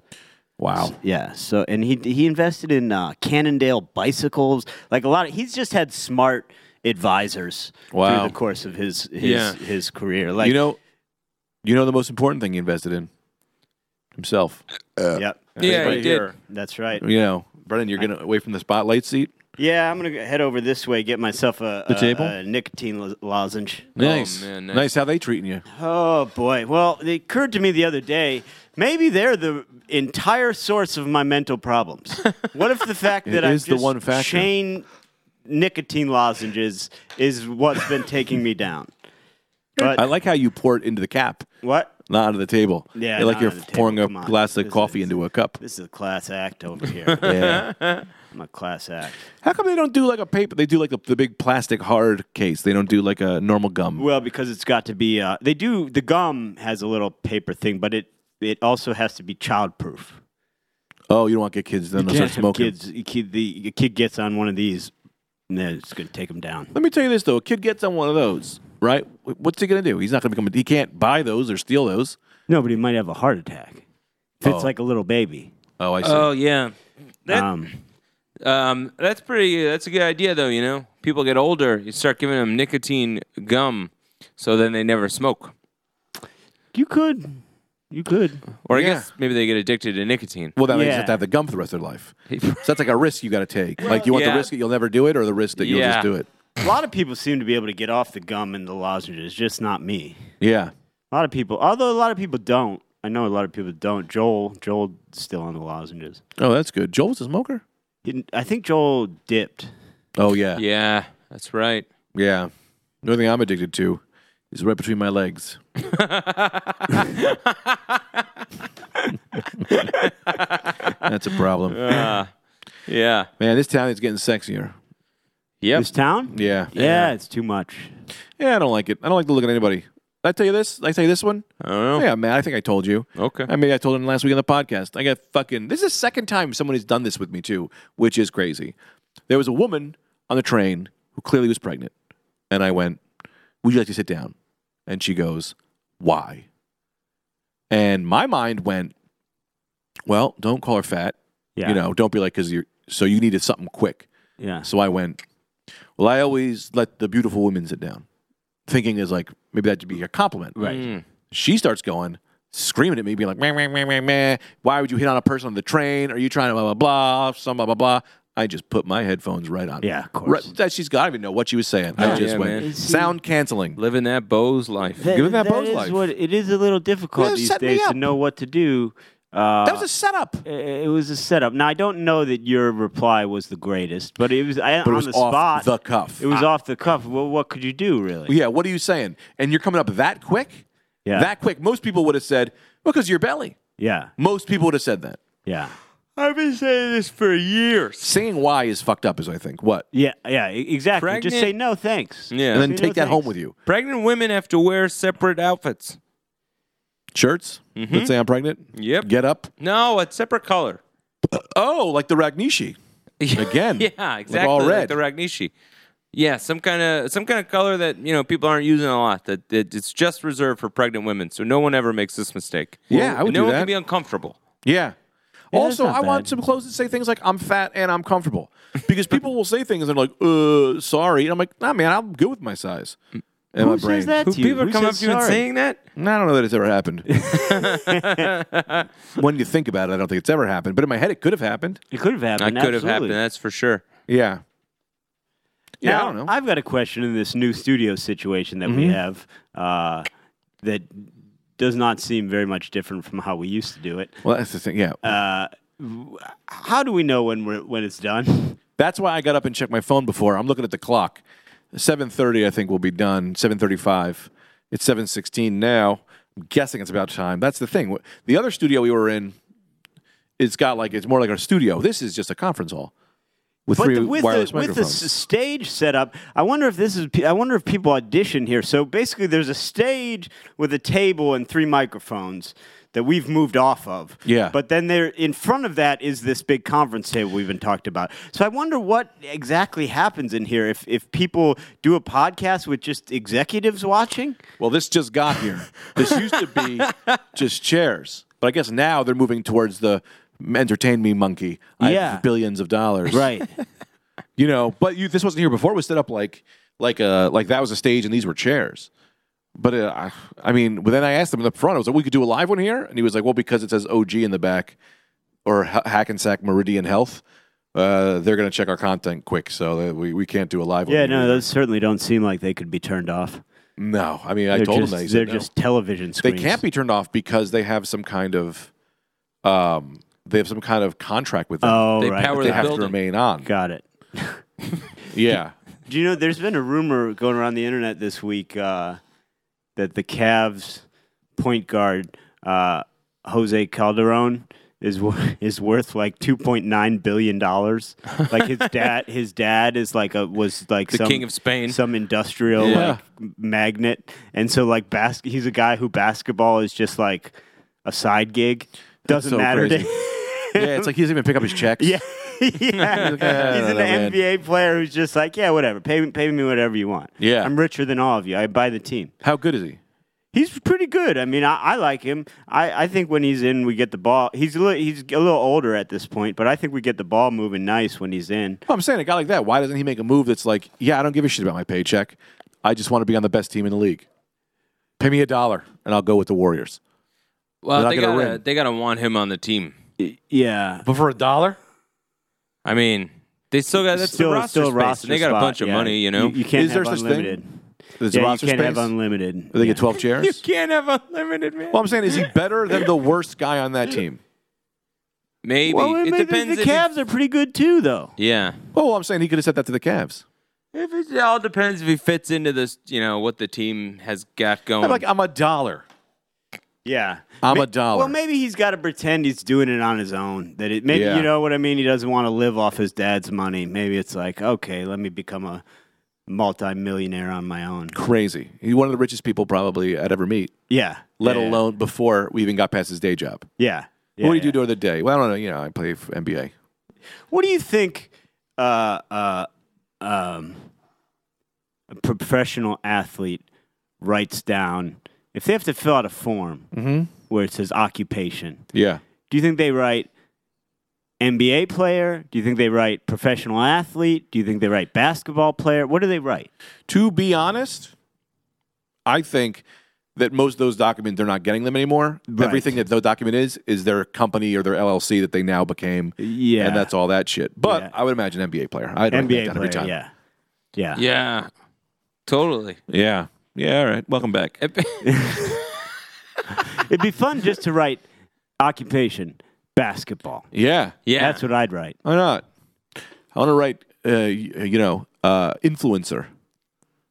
Speaker 2: Wow.
Speaker 1: Yeah. So and he he invested in uh, Cannondale bicycles, like a lot of. He's just had smart advisors
Speaker 2: Wow.
Speaker 1: through the course of his his
Speaker 3: Yeah.
Speaker 1: his career. Like
Speaker 2: you know, you know the most important thing he invested in himself.
Speaker 1: Yep.
Speaker 3: Yeah, he
Speaker 2: Right
Speaker 3: did.
Speaker 2: here.
Speaker 1: That's right.
Speaker 2: You know, Brennan, you're gonna away from the spotlight seat.
Speaker 3: Oh,
Speaker 1: Yeah, I'm gonna go- head over this way, get myself a,
Speaker 2: The
Speaker 1: a-
Speaker 2: table?
Speaker 1: a nicotine lo- lozenge.
Speaker 2: Nice,
Speaker 3: man, nice.
Speaker 2: nice. How they treating you?
Speaker 1: Oh boy. Well, it occurred to me the other day. Maybe they're the entire source of my mental problems. What if the fact that I
Speaker 2: is the
Speaker 1: just
Speaker 2: one factor.
Speaker 1: chain nicotine lozenges is what's been taking me down?
Speaker 2: I
Speaker 1: But
Speaker 2: like how you pour it into the cap,
Speaker 1: what?
Speaker 2: not onto the table.
Speaker 1: Yeah,
Speaker 2: You're like
Speaker 1: not
Speaker 2: you're
Speaker 1: onto the
Speaker 2: pouring
Speaker 1: table. Come
Speaker 2: a
Speaker 1: on.
Speaker 2: glass of
Speaker 1: This
Speaker 2: coffee
Speaker 1: is-
Speaker 2: into a cup.
Speaker 1: This is a class act over here.
Speaker 2: Yeah.
Speaker 1: I'm a class act.
Speaker 2: how come they don't do like a paper? They do like the, the big plastic hard case. They don't do like a normal gum.
Speaker 1: Well, because it's got to be. Uh, they do. The gum has a little paper thing, but it it also has to be childproof.
Speaker 2: oh, you don't want to get kids then they'll start smoking.
Speaker 1: Kids, a kid, the a kid gets on one of these, and then it's gonna take him down.
Speaker 2: Let me tell you this though: a kid gets on one of those, right? Wh- What's he gonna do? He's not gonna become. A, he can't buy those or steal those.
Speaker 1: No, but he might have a heart attack. If it's
Speaker 2: Oh.
Speaker 1: like a little baby.
Speaker 2: Oh, I see.
Speaker 3: Oh yeah, that
Speaker 1: Um,
Speaker 3: Um, that's pretty. That's a good idea, though. You know, people get older. You start giving them nicotine gum, so then they never smoke.
Speaker 1: you could, you could.
Speaker 3: Or I
Speaker 2: Yeah.
Speaker 3: guess maybe they get addicted to nicotine.
Speaker 2: Well, that means you
Speaker 1: Yeah.
Speaker 2: have to have the gum for the rest of their life. so that's like a risk you got to take. like you want
Speaker 3: yeah.
Speaker 2: the risk that you'll never do it, or the risk that you'll
Speaker 3: Yeah.
Speaker 2: just do it.
Speaker 1: A lot of people seem to be able to get off the gum and the lozenges, just not me.
Speaker 2: Yeah.
Speaker 1: A lot of people, although a lot of people don't. I I know a lot of people don't. Joel, Joel, still on the lozenges.
Speaker 2: Oh, that's good. Joel was a smoker.
Speaker 1: He- I think Joel dipped.
Speaker 2: Oh yeah, yeah.
Speaker 3: Yeah, that's right.
Speaker 2: The only thing I'm addicted to is right between my legs. that's a problem,
Speaker 3: Uh, yeah.
Speaker 2: man. This town is getting sexier.
Speaker 3: Yep.
Speaker 1: This town?
Speaker 2: Yeah,
Speaker 1: yeah, it's too much.
Speaker 2: yeah. I don't like it. I don't like to look at anybody. Did I tell you this? Did I tell you this one?
Speaker 3: I don't know.
Speaker 2: Yeah, man. I think I told you.
Speaker 3: Okay.
Speaker 2: I mean, I told him last week on the podcast. I got fucking. This is the second time someone has done this with me too, which is crazy. There was a woman on the train who clearly was pregnant, and I went, "Would you like to sit down?" And she goes, "Why?" And my mind went, "Well, don't call her fat.
Speaker 1: Yeah.
Speaker 2: You know, don't be like because you're. So you needed something quick.
Speaker 1: Yeah.
Speaker 2: So I went, well, I always let the beautiful women sit down, thinking is like maybe that should be a compliment.
Speaker 1: Right.
Speaker 3: Mm.
Speaker 2: She starts going, screaming at me, being like, meh, meh, meh, meh, meh. why would you hit on a person on the train? Are you trying to blah, blah, blah, some blah, blah, blah. I just put my headphones right on.
Speaker 1: Yeah, of course.
Speaker 2: Right, that she's got, I don't even know what she was saying. I
Speaker 3: Yeah,
Speaker 2: just
Speaker 3: yeah,
Speaker 2: went,
Speaker 3: man.
Speaker 2: sound canceling.
Speaker 3: Living that Bose life.
Speaker 1: That-
Speaker 2: Give it that Bose
Speaker 1: is
Speaker 2: life.
Speaker 1: What, it is a little difficult
Speaker 2: Yeah,
Speaker 1: these
Speaker 2: set me
Speaker 1: days to
Speaker 2: up.
Speaker 1: know what to do. Uh,
Speaker 2: That was a setup.
Speaker 1: it it was a setup. Now I don't know that your reply was the greatest, but it was I,
Speaker 2: But it
Speaker 1: on
Speaker 2: was
Speaker 1: the
Speaker 2: off
Speaker 1: spot.
Speaker 2: the cuff. Ah.
Speaker 1: It was off the cuff. Well, what could you do, really?
Speaker 2: Yeah, what are you saying? And you're coming up that quick?
Speaker 1: Yeah.
Speaker 2: That quick. Most people would have said, because of your belly.
Speaker 1: yeah,
Speaker 2: Most people would have said that.
Speaker 1: yeah,
Speaker 3: I've been saying this for years.
Speaker 2: Saying why is fucked up, is I think. What?
Speaker 1: yeah, yeah, e- Exactly. Just
Speaker 3: Pregnant-
Speaker 1: say no, thanks.
Speaker 3: Yeah.
Speaker 2: And then
Speaker 1: See,
Speaker 2: take
Speaker 1: no
Speaker 2: that home
Speaker 1: thanks.
Speaker 2: with you.
Speaker 3: Pregnant women have to wear separate outfits.
Speaker 2: Shirts
Speaker 1: Mm-hmm.
Speaker 2: that say I'm pregnant.
Speaker 3: Yep.
Speaker 2: Get up.
Speaker 3: No, a separate color.
Speaker 2: Oh, like the Ragnishi. Again.
Speaker 3: yeah, exactly.
Speaker 2: Hmm. all
Speaker 3: like
Speaker 2: red.
Speaker 3: the Ragnishi. Yeah, some kind of some kind of color that you know people aren't using a lot. That, that it's just reserved for pregnant women, so no one ever makes this mistake.
Speaker 2: Yeah, I would
Speaker 3: And no
Speaker 2: do
Speaker 3: one
Speaker 2: that.
Speaker 3: can be uncomfortable.
Speaker 2: Yeah. also,
Speaker 1: that's
Speaker 2: I
Speaker 1: not
Speaker 2: want
Speaker 1: bad.
Speaker 2: some clothes that say things like "I'm fat and I'm comfortable," because people will say things and they're like, "Uh, sorry," and I'm like, "Nah, man, I'm good with my size." And my
Speaker 1: Mm. Who
Speaker 2: brain.
Speaker 1: says that
Speaker 3: Who
Speaker 1: to you?
Speaker 3: people are
Speaker 1: Who
Speaker 3: coming up
Speaker 1: says
Speaker 3: to you and
Speaker 1: sorry?
Speaker 3: saying that?
Speaker 2: Nah, I don't know that it's ever happened. when you think about it, I don't think it's ever happened. But in my head, it could have happened.
Speaker 1: It could have
Speaker 3: That
Speaker 1: happened.
Speaker 3: could have
Speaker 1: absolutely.
Speaker 3: happened. That's for sure.
Speaker 2: Yeah. Yeah,
Speaker 1: Now,
Speaker 2: I don't know. Mm-hmm.
Speaker 1: I've got a question in this new studio situation that we have uh, that does not seem very much different from how we used to do it.
Speaker 2: well, that's the thing. Yeah.
Speaker 1: Uh, w- how do we know when we're, when it's done?
Speaker 2: That's why I got up and checked my phone before. I'm looking at the clock. 7:30, I think, will be done. 7:35. It's 7:16 now. I'm guessing it's about time. That's the thing. Wh- The other studio we were in, it's got like it's more like a studio. This is just a conference hall with
Speaker 1: But
Speaker 2: three
Speaker 1: the, with
Speaker 2: wireless
Speaker 1: the, with the
Speaker 2: microphones.
Speaker 1: s- stage setup, I wonder if this is. pe- I wonder if people audition here. So basically, there's a stage with a table and three microphones that we've moved off of.
Speaker 2: Yeah.
Speaker 1: But then there, in front of that, is this big conference table we've been talked about. So I wonder what exactly happens in here. If if people do a podcast with just executives watching,
Speaker 2: well, this just got here. this used to be just chairs, but I guess now they're moving towards the entertain me monkey. I
Speaker 1: Yeah.
Speaker 2: have billions of dollars.
Speaker 1: right?
Speaker 2: you know but you this wasn't here before it was set up like like uh like that was a stage and these were chairs but uh, I, I mean but then i asked him up front i was like we could do a live one here and he was like well because it says og in the back or H- hackensack meridian health uh, they're going to check our content quick so that we, we can't do a live
Speaker 1: yeah.
Speaker 2: one
Speaker 1: No,
Speaker 2: here.
Speaker 1: those certainly don't seem like they could be turned off.
Speaker 2: no i mean i
Speaker 1: They're
Speaker 2: told
Speaker 1: just,
Speaker 2: him that he said
Speaker 1: they're
Speaker 2: no.
Speaker 1: just television
Speaker 2: they
Speaker 1: screens.
Speaker 2: can't be turned off because they have some kind of um they have some kind of contract with them
Speaker 1: Oh,
Speaker 3: They
Speaker 1: right.
Speaker 3: power
Speaker 2: they
Speaker 3: the
Speaker 2: have to
Speaker 3: building.
Speaker 2: remain on
Speaker 1: Got it.
Speaker 2: yeah
Speaker 1: Do you know there's been a rumor going around the internet this week uh, that the Cavs point guard uh, Jose Calderon is wo- is worth like 2.9 billion dollars. Like his dad, his dad is like a was like
Speaker 3: The
Speaker 1: some,
Speaker 3: king of Spain.
Speaker 1: some industrial
Speaker 2: Yeah.
Speaker 1: like magnet, and so like bas- he's a guy who basketball is just like a side gig. Doesn't
Speaker 2: so
Speaker 1: matter. To
Speaker 2: crazy. yeah it's like he doesn't even pick up his checks
Speaker 1: yeah. yeah. He's
Speaker 2: that man.
Speaker 1: an NBA player who's just like, yeah, whatever. Pay, pay me whatever you want.
Speaker 2: Yeah.
Speaker 1: I'm richer than all of you. I buy the team.
Speaker 2: how good is he
Speaker 1: He's pretty good. I mean, I, I like him. I, I think when he's in, we get the ball. He's a, little, he's a little older at this point, but I think we get the ball moving nice when he's in.
Speaker 2: Well, I'm saying a guy like that, why doesn't he make a move that's like, yeah, I don't give a shit about my paycheck. I just want to be on the best team in the league. Pay me a dollar and I'll go with the Warriors.
Speaker 3: Well,
Speaker 2: not
Speaker 3: they
Speaker 2: gonna
Speaker 3: gotta
Speaker 2: win.
Speaker 3: they gotta want him on the team.
Speaker 1: Yeah.
Speaker 2: But for a dollar?
Speaker 3: I mean, they still got that's
Speaker 1: still,
Speaker 3: the roster
Speaker 1: still
Speaker 3: space,
Speaker 1: roster
Speaker 3: and they got a
Speaker 1: spot,
Speaker 3: bunch of
Speaker 1: yeah.
Speaker 3: money. You know,
Speaker 1: You, can't
Speaker 2: Is there
Speaker 1: have
Speaker 2: such thing?
Speaker 1: unlimited.
Speaker 2: There's
Speaker 1: yeah, you
Speaker 2: roster
Speaker 1: can't have
Speaker 2: space?
Speaker 1: unlimited.
Speaker 2: They get 12 chairs.
Speaker 3: You can't have unlimited, man.
Speaker 2: Well, I'm saying, is he better than the worst guy on that team?
Speaker 3: maybe
Speaker 1: Well,
Speaker 3: it
Speaker 1: maybe
Speaker 3: depends.
Speaker 1: The
Speaker 3: if you-
Speaker 1: Cavs are pretty good too, though.
Speaker 3: yeah,
Speaker 2: Oh, I'm saying he could have said that to the Cavs.
Speaker 3: if it, it all depends if he fits into this, you know, what the team has got going.
Speaker 2: I'm like, uh, I'm a dollar.
Speaker 1: Yeah.
Speaker 2: I'm
Speaker 1: Ma-
Speaker 2: a dollar.
Speaker 1: Well, maybe he's got to pretend he's doing it on his own. That it, maybe
Speaker 2: Yeah.
Speaker 1: you know what I mean. He doesn't want to live off his dad's money. Maybe it's like, okay, let me become a multi-millionaire on my own.
Speaker 2: Crazy. He's one of the richest people probably I'd ever meet,
Speaker 1: Yeah.
Speaker 2: let
Speaker 1: Yeah, yeah.
Speaker 2: alone before we even got past his day job.
Speaker 1: Yeah.
Speaker 2: what do
Speaker 1: Yeah,
Speaker 2: you do during the day? Well, I don't know. You know, I play f- NBA.
Speaker 1: yeah. What do you think? Uh, uh, um, a professional athlete writes down if they have to fill out a form
Speaker 2: Mm-hmm.
Speaker 1: where it says occupation.
Speaker 2: Yeah.
Speaker 1: Do you think they write NBA player? Do you think they write professional athlete? Do you think they write basketball player? What do they write?
Speaker 2: To be honest, I think that most of those documents, they're not getting them anymore.
Speaker 1: Right.
Speaker 2: Everything that the document is, is their company or their LLC that they now became.
Speaker 1: Yeah.
Speaker 2: And that's all that shit. But
Speaker 1: Yeah.
Speaker 2: I would imagine NBA player. I'd write that
Speaker 1: NBA
Speaker 2: down
Speaker 1: player.
Speaker 2: every time.
Speaker 1: Yeah. Yeah.
Speaker 3: yeah, totally.
Speaker 2: Yeah. Yeah. All right. Welcome back.
Speaker 1: It'd be fun just to write occupation basketball.
Speaker 2: Yeah.
Speaker 3: yeah,
Speaker 1: That's what I'd write.
Speaker 2: Why not? I want to write, uh, y- you know, uh, influencer.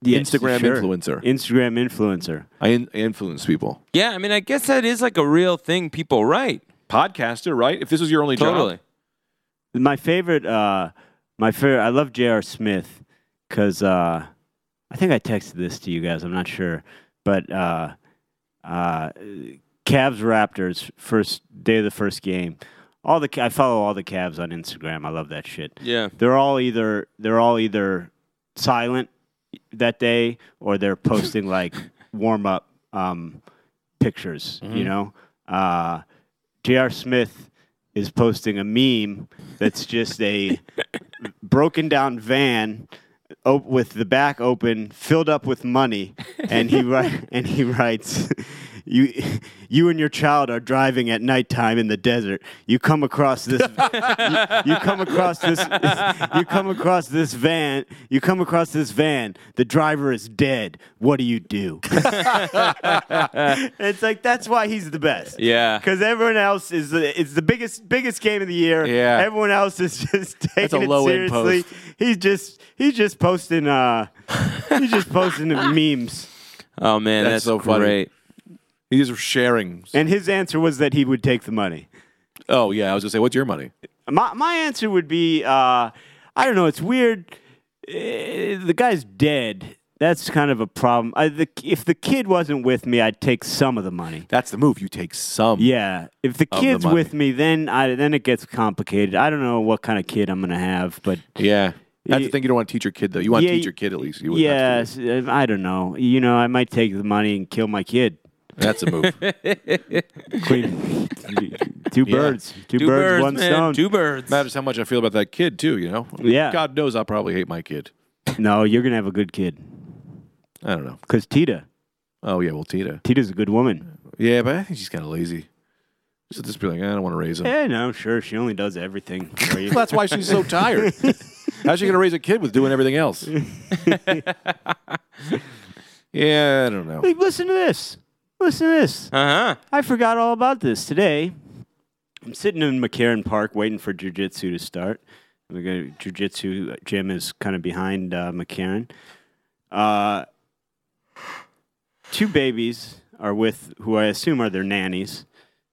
Speaker 1: Yes,
Speaker 2: Instagram
Speaker 1: sure.
Speaker 2: influencer.
Speaker 1: Instagram influencer.
Speaker 2: I in- influence people.
Speaker 3: yeah. I mean, I guess that is like a real thing people write.
Speaker 2: Podcaster, right? If this was your only
Speaker 3: Totally.
Speaker 2: job,
Speaker 1: My favorite. Uh, my favorite. I love J.R. Smith because uh, I think I texted this to you guys. I'm not sure, but uh, uh, Cavs Raptors first day of the first game. All the Ca- I follow all the Cavs on Instagram. I love that shit.
Speaker 3: Yeah.
Speaker 1: They're all either they're all either silent that day or they're posting like warm up um, pictures. You know, uh, J.R. Smith is posting a meme that's just a broken down van op- with the back open, filled up with money, and he wri- and he writes, "You, you and your child are driving at nighttime in the desert. You come across this, you, you come across this, you come across this van. You come across this van. The driver is dead. What do you do?" it's like that's why he's the best.
Speaker 3: Yeah.
Speaker 1: Because everyone else is the, it's the biggest biggest game of the year.
Speaker 2: Yeah.
Speaker 1: Everyone else is just taking
Speaker 2: a
Speaker 1: it
Speaker 2: low-end
Speaker 1: seriously. He's just he's just posting uh he's just posting memes.
Speaker 3: Oh man,
Speaker 2: That's
Speaker 3: that's,
Speaker 2: so funny.
Speaker 3: great.
Speaker 2: he's sharing.
Speaker 1: And his answer was that he would take the money.
Speaker 2: oh yeah, I was gonna say, what's your money?
Speaker 1: My my answer would be uh I don't know, it's weird. Eh, the guy's dead. That's kind of a problem. I, the, if the kid wasn't with me, I'd take some of the money.
Speaker 2: That's the move. You take some.
Speaker 1: Yeah, if the
Speaker 2: the
Speaker 1: kid's
Speaker 2: money.
Speaker 1: with me, then I then it gets complicated. I don't know what kind of kid I'm gonna have, but
Speaker 2: Yeah. That's
Speaker 1: Ye-
Speaker 2: the thing. You don't want to teach your kid though. You want to
Speaker 1: Yeah,
Speaker 2: teach your kid at least. You would have to do
Speaker 1: yeah,
Speaker 2: this.
Speaker 1: s- uh, I don't know. You know, I might take the money and kill my kid.
Speaker 2: That's a move.
Speaker 1: Clean two birds, two,
Speaker 3: Two
Speaker 1: birds,
Speaker 3: birds,
Speaker 1: one
Speaker 3: man.
Speaker 1: stone.
Speaker 3: Two birds.
Speaker 2: Matters how much I feel about that kid too. You know.
Speaker 1: Yeah.
Speaker 2: God knows I'll probably hate my kid.
Speaker 1: No, you're gonna have a good kid
Speaker 2: I don't know.
Speaker 1: because Tita,
Speaker 2: Oh yeah, well Tita.
Speaker 1: Tita's a good woman.
Speaker 2: Yeah, but I think she's kind of lazy. She'll just be like, I don't want to raise him.
Speaker 1: Yeah, Eh, no, sure, she only does everything for you.
Speaker 2: Well, that's why she's so tired. How's she gonna raise a kid with doing everything else? yeah, I don't know.
Speaker 1: Hey, Listen to this. Listen to this.
Speaker 3: Uh huh.
Speaker 1: I forgot all about this today. I'm sitting in McCarran Park waiting for jujitsu to start. We got jujitsu gym is kind of behind uh, McCarran. Uh, two babies are with who I assume are their nannies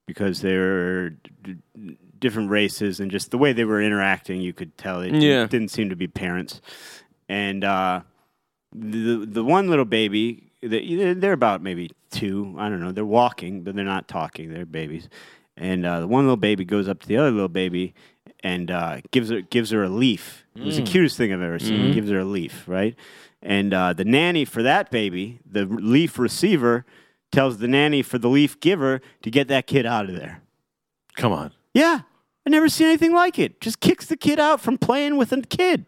Speaker 1: because they're d- d- different races and just the way they were interacting, you could tell it
Speaker 3: Yeah.
Speaker 1: didn't seem to be parents. And uh, the the one little baby they- they're about maybe two i don't know they're walking but they're not talking they're babies and uh, the one little baby goes up to the other little baby and uh, gives her gives her a leaf it was the cutest thing i've ever seen gives her a leaf right and uh, the nanny for that baby the leaf receiver tells the nanny for the leaf giver to get that kid out of there
Speaker 2: Come on.
Speaker 1: yeah i never seen anything like it just kicks the kid out from playing with a kid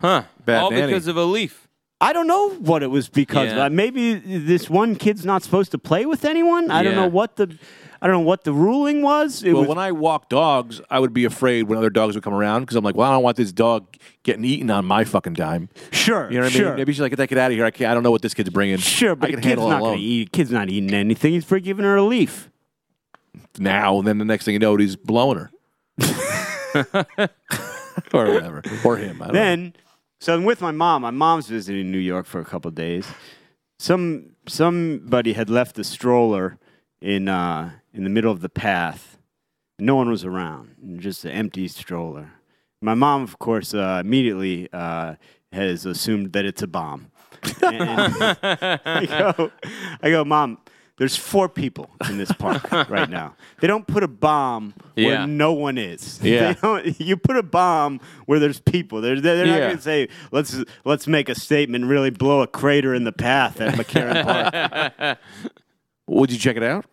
Speaker 3: Huh.
Speaker 2: Bad
Speaker 3: all
Speaker 2: nanny.
Speaker 3: because of a leaf.
Speaker 1: I don't know what it was because of.
Speaker 3: Yeah.
Speaker 1: Uh, Maybe this one kid's not supposed to play with anyone. I don't
Speaker 3: Yeah.
Speaker 1: know what the I don't know what the ruling was. It
Speaker 2: Well,
Speaker 1: was
Speaker 2: when I walk dogs, I would be afraid when other dogs would come around because I'm like, well, I don't want this dog getting eaten on my fucking dime.
Speaker 1: sure,
Speaker 2: You know what
Speaker 1: sure.
Speaker 2: I mean? Maybe she's like, get that kid out of here. I can't. I don't know what this kid's bringing.
Speaker 1: Sure,
Speaker 2: I
Speaker 1: but a
Speaker 2: can
Speaker 1: kid's
Speaker 2: handle it
Speaker 1: not gonna
Speaker 2: alone.
Speaker 1: eat. Kid's not eating anything. He's for giving her a leaf.
Speaker 2: now. And then the next thing you know, he's blowing her. or whatever. Or him. I don't know.
Speaker 1: Then, so I'm with my mom. My mom's visiting New York for a couple of days. Some somebody had left the stroller in uh, in the middle of the path. No one was around. and Just an empty stroller. My mom, of course, uh, immediately uh, has assumed that it's a bomb. And I go, I go, mom. There's four people in this park right now. They don't put a bomb
Speaker 3: Yeah.
Speaker 1: where no one is.
Speaker 2: Yeah.
Speaker 1: They don't- you put a bomb where there's people. They're, they're, they're not
Speaker 2: Yeah.
Speaker 1: going to say let's let's make a statement, really blow a crater in the path at McCarran Park.
Speaker 2: Would you check it out?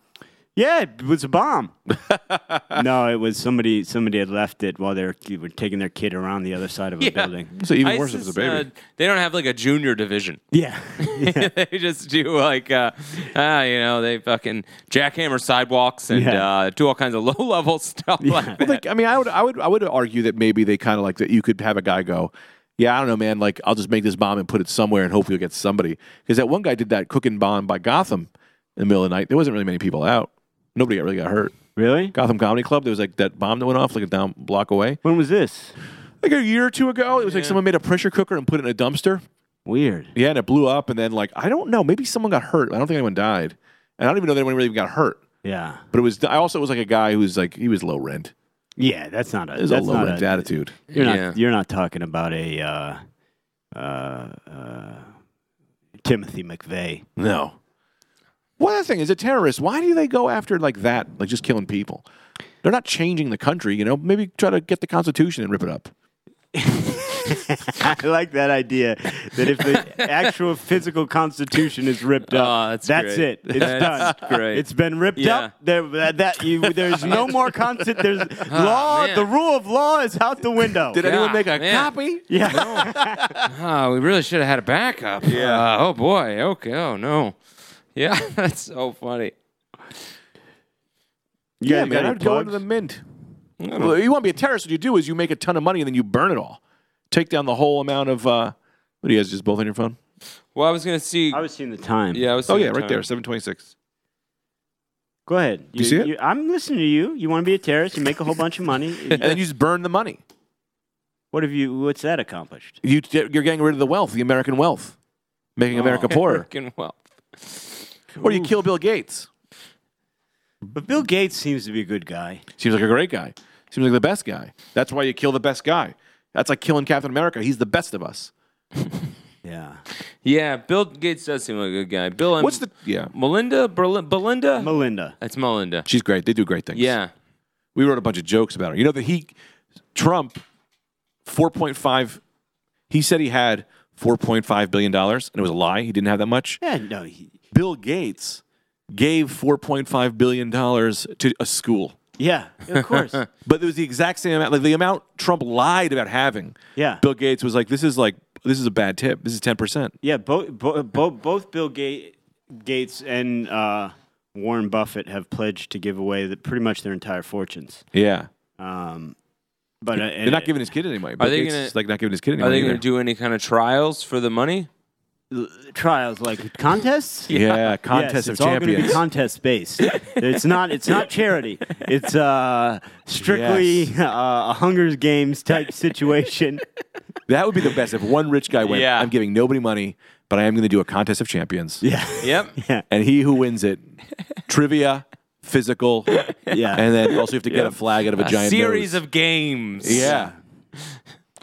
Speaker 1: Yeah, it was a bomb. no, it was somebody somebody had left it while they were, they were taking their kid around the other side of a building.
Speaker 2: So even
Speaker 3: ISIS,
Speaker 2: worse if it's a baby.
Speaker 3: uh, they don't have like a junior division.
Speaker 1: Yeah.
Speaker 3: they just do like, uh, uh, you know, they fucking jackhammer sidewalks and
Speaker 1: Yeah.
Speaker 3: uh, do all kinds of low level stuff like that.
Speaker 2: like, I mean, I would, I would, I would argue that maybe they kind of like that. You could have a guy go, "Yeah, I don't know, man. Like, I'll just make this bomb and put it somewhere and hopefully you'll get somebody." Because that one guy did that cooking bomb by Gotham in the middle of the night. There wasn't really many people out. Nobody got really got hurt.
Speaker 1: really?
Speaker 2: Gotham Comedy Club. There was like that bomb that went off like a down block away,
Speaker 1: When was this?
Speaker 2: like a year or two ago. It was like someone made a pressure cooker and put it in a dumpster.
Speaker 1: Weird.
Speaker 2: Yeah, and it blew up. And then like I don't know, maybe someone got hurt. I don't think anyone died, and I don't even know that anyone really even got hurt.
Speaker 1: Yeah.
Speaker 2: But it was. I also was like a guy who was like he was low rent.
Speaker 1: Yeah, that's not a
Speaker 2: It was
Speaker 1: that's
Speaker 2: a low
Speaker 1: not
Speaker 2: rent attitude.
Speaker 1: You're not
Speaker 3: Yeah.
Speaker 1: you're not talking about a uh, uh, uh, Timothy McVeigh.
Speaker 2: No. One other thing is a terrorist. Why do they go after like that, like just killing people? They're not changing the country, you know. Maybe try to get the Constitution and rip it up.
Speaker 1: I like that idea that if the actual physical constitution is ripped up,
Speaker 3: Oh, that's
Speaker 1: it.
Speaker 3: great.
Speaker 1: It's
Speaker 3: That's
Speaker 1: done.
Speaker 3: great.
Speaker 1: It's been ripped
Speaker 3: Yeah.
Speaker 1: up. There, that, that you, there's no more constant. There's law.
Speaker 3: man.
Speaker 1: The rule of law is out the window.
Speaker 2: Did anyone make a
Speaker 3: man.
Speaker 2: copy?
Speaker 1: yeah.
Speaker 3: Oh, we really should have had a backup. Yeah. oh boy. Okay. Oh no. Yeah, that's so funny.
Speaker 1: You guys
Speaker 2: yeah,
Speaker 1: got
Speaker 2: man.
Speaker 1: any
Speaker 2: I'd go
Speaker 1: plugs?
Speaker 2: into the mint. Well, you want to be a terrorist? What you do is you make a ton of money and then you burn it all, take down the whole amount of. uh What do you guys just both on your phone?
Speaker 3: Well, I was gonna see.
Speaker 1: I was seeing the time.
Speaker 3: yeah, I was.
Speaker 2: Oh
Speaker 3: seeing
Speaker 2: yeah,
Speaker 3: the
Speaker 2: right there,
Speaker 3: time.
Speaker 2: seven twenty-six.
Speaker 1: Go ahead. You,
Speaker 2: see it?
Speaker 1: you- I'm listening to you. You want to be a terrorist? You make a whole bunch of money.
Speaker 2: And then you just burn the money.
Speaker 1: what have you? What's that accomplished?
Speaker 2: You, you're getting rid of the wealth, the American wealth, making America poorer.
Speaker 3: Freaking well.
Speaker 2: Or you kill Bill Gates.
Speaker 1: But Bill Gates seems to be a good guy.
Speaker 2: Seems like a great guy. Seems like the best guy. That's why you kill the best guy. That's like killing Captain America. He's the best of us.
Speaker 1: Yeah.
Speaker 3: Yeah, Bill Gates does seem like a good guy. Bill and
Speaker 2: What's the yeah?
Speaker 3: Melinda? Berlin, Belinda?
Speaker 1: Melinda.
Speaker 3: that's Melinda.
Speaker 2: She's great. They do great things.
Speaker 3: Yeah.
Speaker 2: we wrote a bunch of jokes about her. You know that he Trump four point five. He said he had four point five billion dollars, and it was a lie. He didn't have that much.
Speaker 1: Yeah. No. He,
Speaker 2: Bill Gates gave four point five billion dollars to a school.
Speaker 1: yeah. Of course.
Speaker 2: But it was the exact same amount. Like the amount Trump lied about having.
Speaker 1: Yeah.
Speaker 2: Bill Gates was like, "This is like this is a bad tip. This is ten percent."
Speaker 1: Yeah, both bo- bo- both Bill Ga- Gates and uh, Warren Buffett have pledged to give away the, pretty much their entire fortunes.
Speaker 2: Yeah.
Speaker 1: Um, but uh,
Speaker 2: They're not giving his kid any money. Bill
Speaker 3: they
Speaker 2: Gates
Speaker 3: gonna-
Speaker 2: is, like not giving his kid any
Speaker 3: Are
Speaker 2: money.
Speaker 3: they going to
Speaker 2: either.
Speaker 3: do any kind of trials for the money?
Speaker 1: uh, trials like contests.
Speaker 2: yeah, contest
Speaker 1: yes,
Speaker 2: of
Speaker 1: it's all going to be
Speaker 2: champions.
Speaker 1: contest based. it's not. It's not charity. It's uh, strictly
Speaker 2: Yes.
Speaker 1: uh, a Hunger Games type situation.
Speaker 2: that would be the best if one rich guy went.
Speaker 3: Yeah.
Speaker 2: I'm giving nobody money, but I am going to do a contest of champions.
Speaker 1: yeah.
Speaker 3: Yep.
Speaker 1: Yeah.
Speaker 2: And he who wins it, trivia, physical,
Speaker 1: Yeah.
Speaker 2: and then also you have to get a flag out of a,
Speaker 3: A
Speaker 2: giant
Speaker 3: series
Speaker 2: nose.
Speaker 3: of games.
Speaker 2: yeah.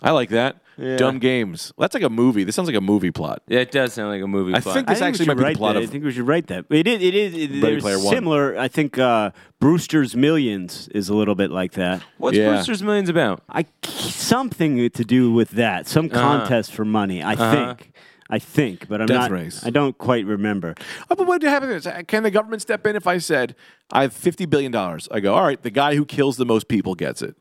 Speaker 2: I like that. Dumb games. That's like a movie. This sounds like a movie plot.
Speaker 3: Yeah, It does sound like a movie.
Speaker 2: I
Speaker 3: plot.
Speaker 2: think
Speaker 1: I
Speaker 2: this
Speaker 1: think we
Speaker 2: actually
Speaker 1: should
Speaker 2: might be the
Speaker 1: write
Speaker 2: plot
Speaker 1: that. I
Speaker 2: of.
Speaker 1: think we should write that. It is. It is. It,
Speaker 2: Ready
Speaker 1: there's
Speaker 2: Player One.
Speaker 1: similar. I think uh, Brewster's Millions is a little bit like that.
Speaker 3: What's
Speaker 2: Yeah.
Speaker 3: Brewster's Millions about?
Speaker 1: I something to do with that. Some
Speaker 2: Uh-huh.
Speaker 1: contest for money. I think. I think, but I'm
Speaker 2: Death
Speaker 1: not.
Speaker 2: race.
Speaker 1: I don't quite remember.
Speaker 2: Oh, but what happens? Can the government step in if I said I have fifty billion dollars? I go, all right. The guy who kills the most people gets it.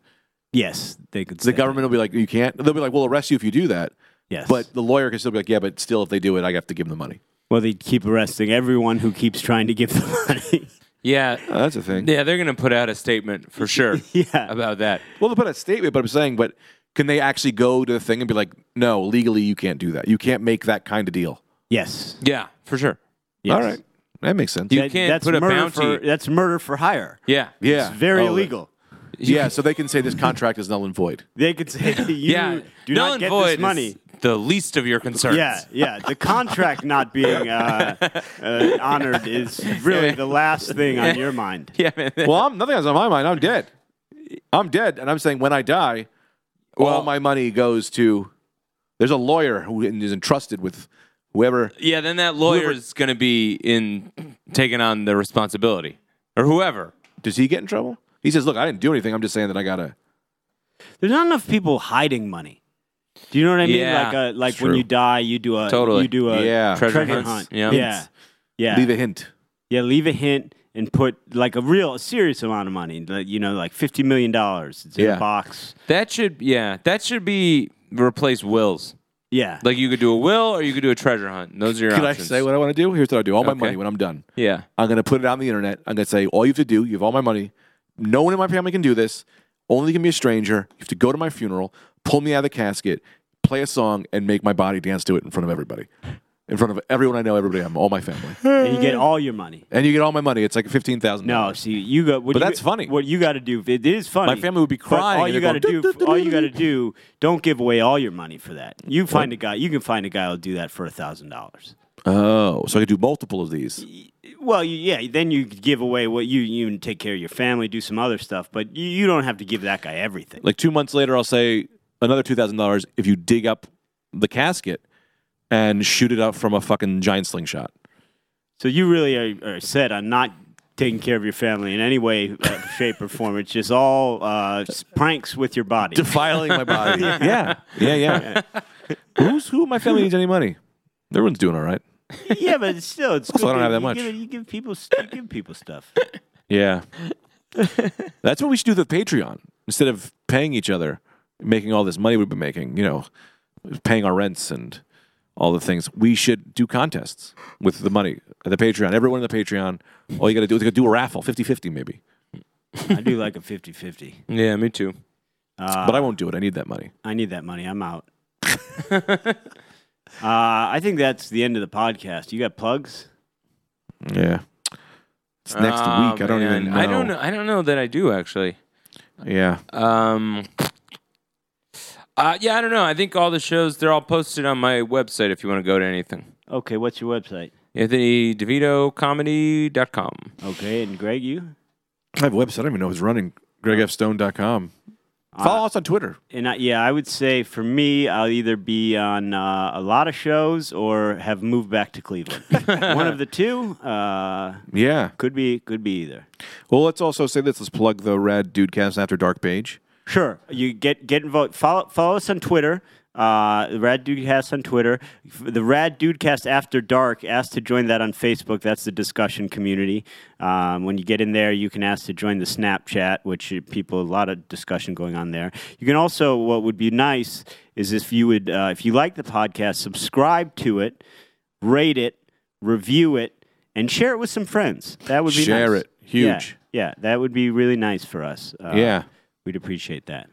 Speaker 1: Yes, they could.
Speaker 2: The government will be like, you can't. They'll be like, we'll arrest you if you do that.
Speaker 1: Yes.
Speaker 2: But the lawyer can still be like, yeah, but still, if they do it, I have to give them the money.
Speaker 1: well, they keep arresting everyone who keeps trying to give them money.
Speaker 3: Yeah.
Speaker 2: Oh, that's a thing.
Speaker 3: yeah, they're going to put out a statement for sure
Speaker 1: Yeah.
Speaker 3: about that.
Speaker 2: Well, they put a statement, but I'm saying, but can they actually go to the thing and be like, no, legally you can't do that. You can't make that kind of deal.
Speaker 1: yes.
Speaker 3: Yeah, for sure.
Speaker 1: yes.
Speaker 2: All right, that makes sense.
Speaker 3: You
Speaker 1: That-
Speaker 3: can't
Speaker 1: that's
Speaker 3: put a
Speaker 1: murder
Speaker 3: bounty.
Speaker 1: For, that's murder for hire.
Speaker 3: yeah.
Speaker 2: yeah,
Speaker 1: It's very
Speaker 2: Oh,
Speaker 1: illegal.
Speaker 2: Yeah, so they can say this contract is null and void.
Speaker 1: They could say you
Speaker 3: Yeah.
Speaker 1: do
Speaker 3: Null
Speaker 1: not
Speaker 3: and
Speaker 1: get
Speaker 3: void
Speaker 1: this
Speaker 3: is
Speaker 1: money.
Speaker 3: the least of your concerns.
Speaker 1: Yeah, yeah. The contract not being uh, uh, honored is really the last thing on your mind.
Speaker 3: Yeah, man.
Speaker 2: Well, I'm nothing else on my mind. I'm dead. I'm dead, and I'm saying when I die, all
Speaker 3: Well-
Speaker 2: my money goes to. There's a lawyer who is entrusted with whoever.
Speaker 3: Yeah, then that lawyer is going to be in taking on the responsibility or whoever.
Speaker 2: Does he get in trouble? He says, "Look, I didn't do anything. I'm just saying that I gotta."
Speaker 1: There's not enough people hiding money. Do you know what I mean?
Speaker 3: Yeah,
Speaker 1: like a, like
Speaker 2: it's
Speaker 1: when
Speaker 2: true.
Speaker 1: you die, you do a
Speaker 3: Totally.
Speaker 1: you do a
Speaker 2: Yeah.
Speaker 1: treasure,
Speaker 3: Treasure
Speaker 1: hunt.
Speaker 3: hunts.
Speaker 1: Yeah,
Speaker 3: Yeah.
Speaker 1: yeah, yeah.
Speaker 2: Leave a hint.
Speaker 1: yeah. Leave a hint and put like a real a serious amount of money. like, You know, like fifty million dollars. It's in
Speaker 2: Yeah.
Speaker 1: a box.
Speaker 3: That should yeah, that should be replace wills.
Speaker 1: Yeah,
Speaker 3: Like you could do a will or you could do a treasure hunt. and Those are your
Speaker 2: Can I
Speaker 3: options.
Speaker 2: say what I want to do? Here's what I do. All my
Speaker 3: Okay.
Speaker 2: money when I'm done.
Speaker 3: Yeah.
Speaker 2: I'm gonna put it on the internet. I'm gonna say, all you have to do, you have all my money. No one in my family can do this. Only can be a stranger. You have to go to my funeral, pull me out of the casket, play a song, and make my body dance to it in front of everybody. In front of everyone I know, everybody I'm all my family.
Speaker 1: and you get all your money.
Speaker 2: and you get all my money. It's like fifteen thousand
Speaker 1: No, see, you got. What
Speaker 2: But
Speaker 1: you
Speaker 2: that's
Speaker 1: got-
Speaker 2: funny.
Speaker 1: What you got to do? It is funny.
Speaker 2: My family would be
Speaker 1: but
Speaker 2: crying
Speaker 1: All
Speaker 2: and
Speaker 1: you
Speaker 2: they're
Speaker 1: got to do.
Speaker 2: going, "Duh, duh, duh,
Speaker 1: All you
Speaker 2: duh,
Speaker 1: got to do. Don't give away all your money for that. You find a guy. You can find a guy who'll do that for a thousand dollars.
Speaker 2: Oh, so I could do multiple of these.
Speaker 1: Well, you, yeah. Then you give away what you you can take care of your family, do some other stuff, but you, you don't have to give that guy everything.
Speaker 2: Like two months later, I'll say another two thousand dollars if you dig up the casket and shoot it up from a fucking giant slingshot.
Speaker 1: So you really are, are set on not taking care of your family in any way, uh, shape, or form. It's just all uh, s- pranks with your body.
Speaker 2: defiling my body. yeah, yeah, yeah. Who's who? in My family needs any money. Everyone's doing all right.
Speaker 1: yeah, but it's still, it's
Speaker 2: Also, I
Speaker 1: good
Speaker 2: don't have that
Speaker 1: you
Speaker 2: much.
Speaker 1: Give, you give people, s- you give people stuff.
Speaker 2: Yeah, that's what we should do with Patreon instead of paying each other, making all this money we've been making. You know, paying our rents and all the things. We should do contests with the money at the Patreon. Everyone in the Patreon. All you got to do is you gotta do a raffle, 50-50 maybe.
Speaker 1: I do like a 50-50.
Speaker 3: Yeah, me too.
Speaker 1: Uh,
Speaker 2: But I won't do it. I need that money.
Speaker 1: I need that money. I'm out. uh, I think that's the end of the podcast. You got plugs?
Speaker 2: Yeah. It's next
Speaker 3: Ah,
Speaker 2: week. I don't
Speaker 3: man.
Speaker 2: even know.
Speaker 3: I don't know I don't know that I do actually.
Speaker 2: Yeah.
Speaker 3: Um uh, yeah, I don't know. I think all the shows they're all posted on my website if you want to go to anything.
Speaker 1: Okay, what's your website?
Speaker 3: AnthonyDeVitoComedy.com.
Speaker 1: Okay, and Greg, you?
Speaker 2: I have a website. I don't even know who's running. GregFStone.com. Follow us on Twitter.
Speaker 1: And I, yeah, I would say for me, I'll either be on uh, a lot of shows or have moved back to Cleveland. One of the two uh,
Speaker 2: Yeah.
Speaker 1: could be could be either.
Speaker 2: Well, let's also say this. Let's plug the Rad Dudecast After Dark page.
Speaker 1: Sure, you get get involved. Follow follow us on Twitter. Uh, the Rad Dudecast on Twitter. F- The Rad Dudecast After Dark. Ask to join that on Facebook. That's the discussion community. Um, when you get in there, you can ask to join the Snapchat, which uh, people a lot of discussion going on there. You can also what would be nice is if you would uh, if you like the podcast, subscribe to it, rate it, review it, and share it with some friends. That would be
Speaker 2: Share
Speaker 1: nice.
Speaker 2: it. Huge.
Speaker 1: Yeah, yeah, that would be really nice for us. Uh,
Speaker 2: yeah.
Speaker 1: We'd appreciate that.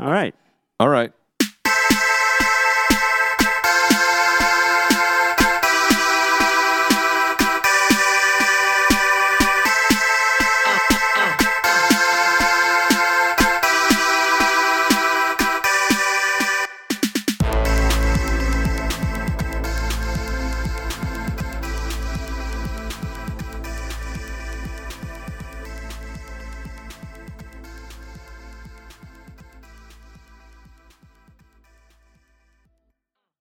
Speaker 1: All right.
Speaker 2: All right.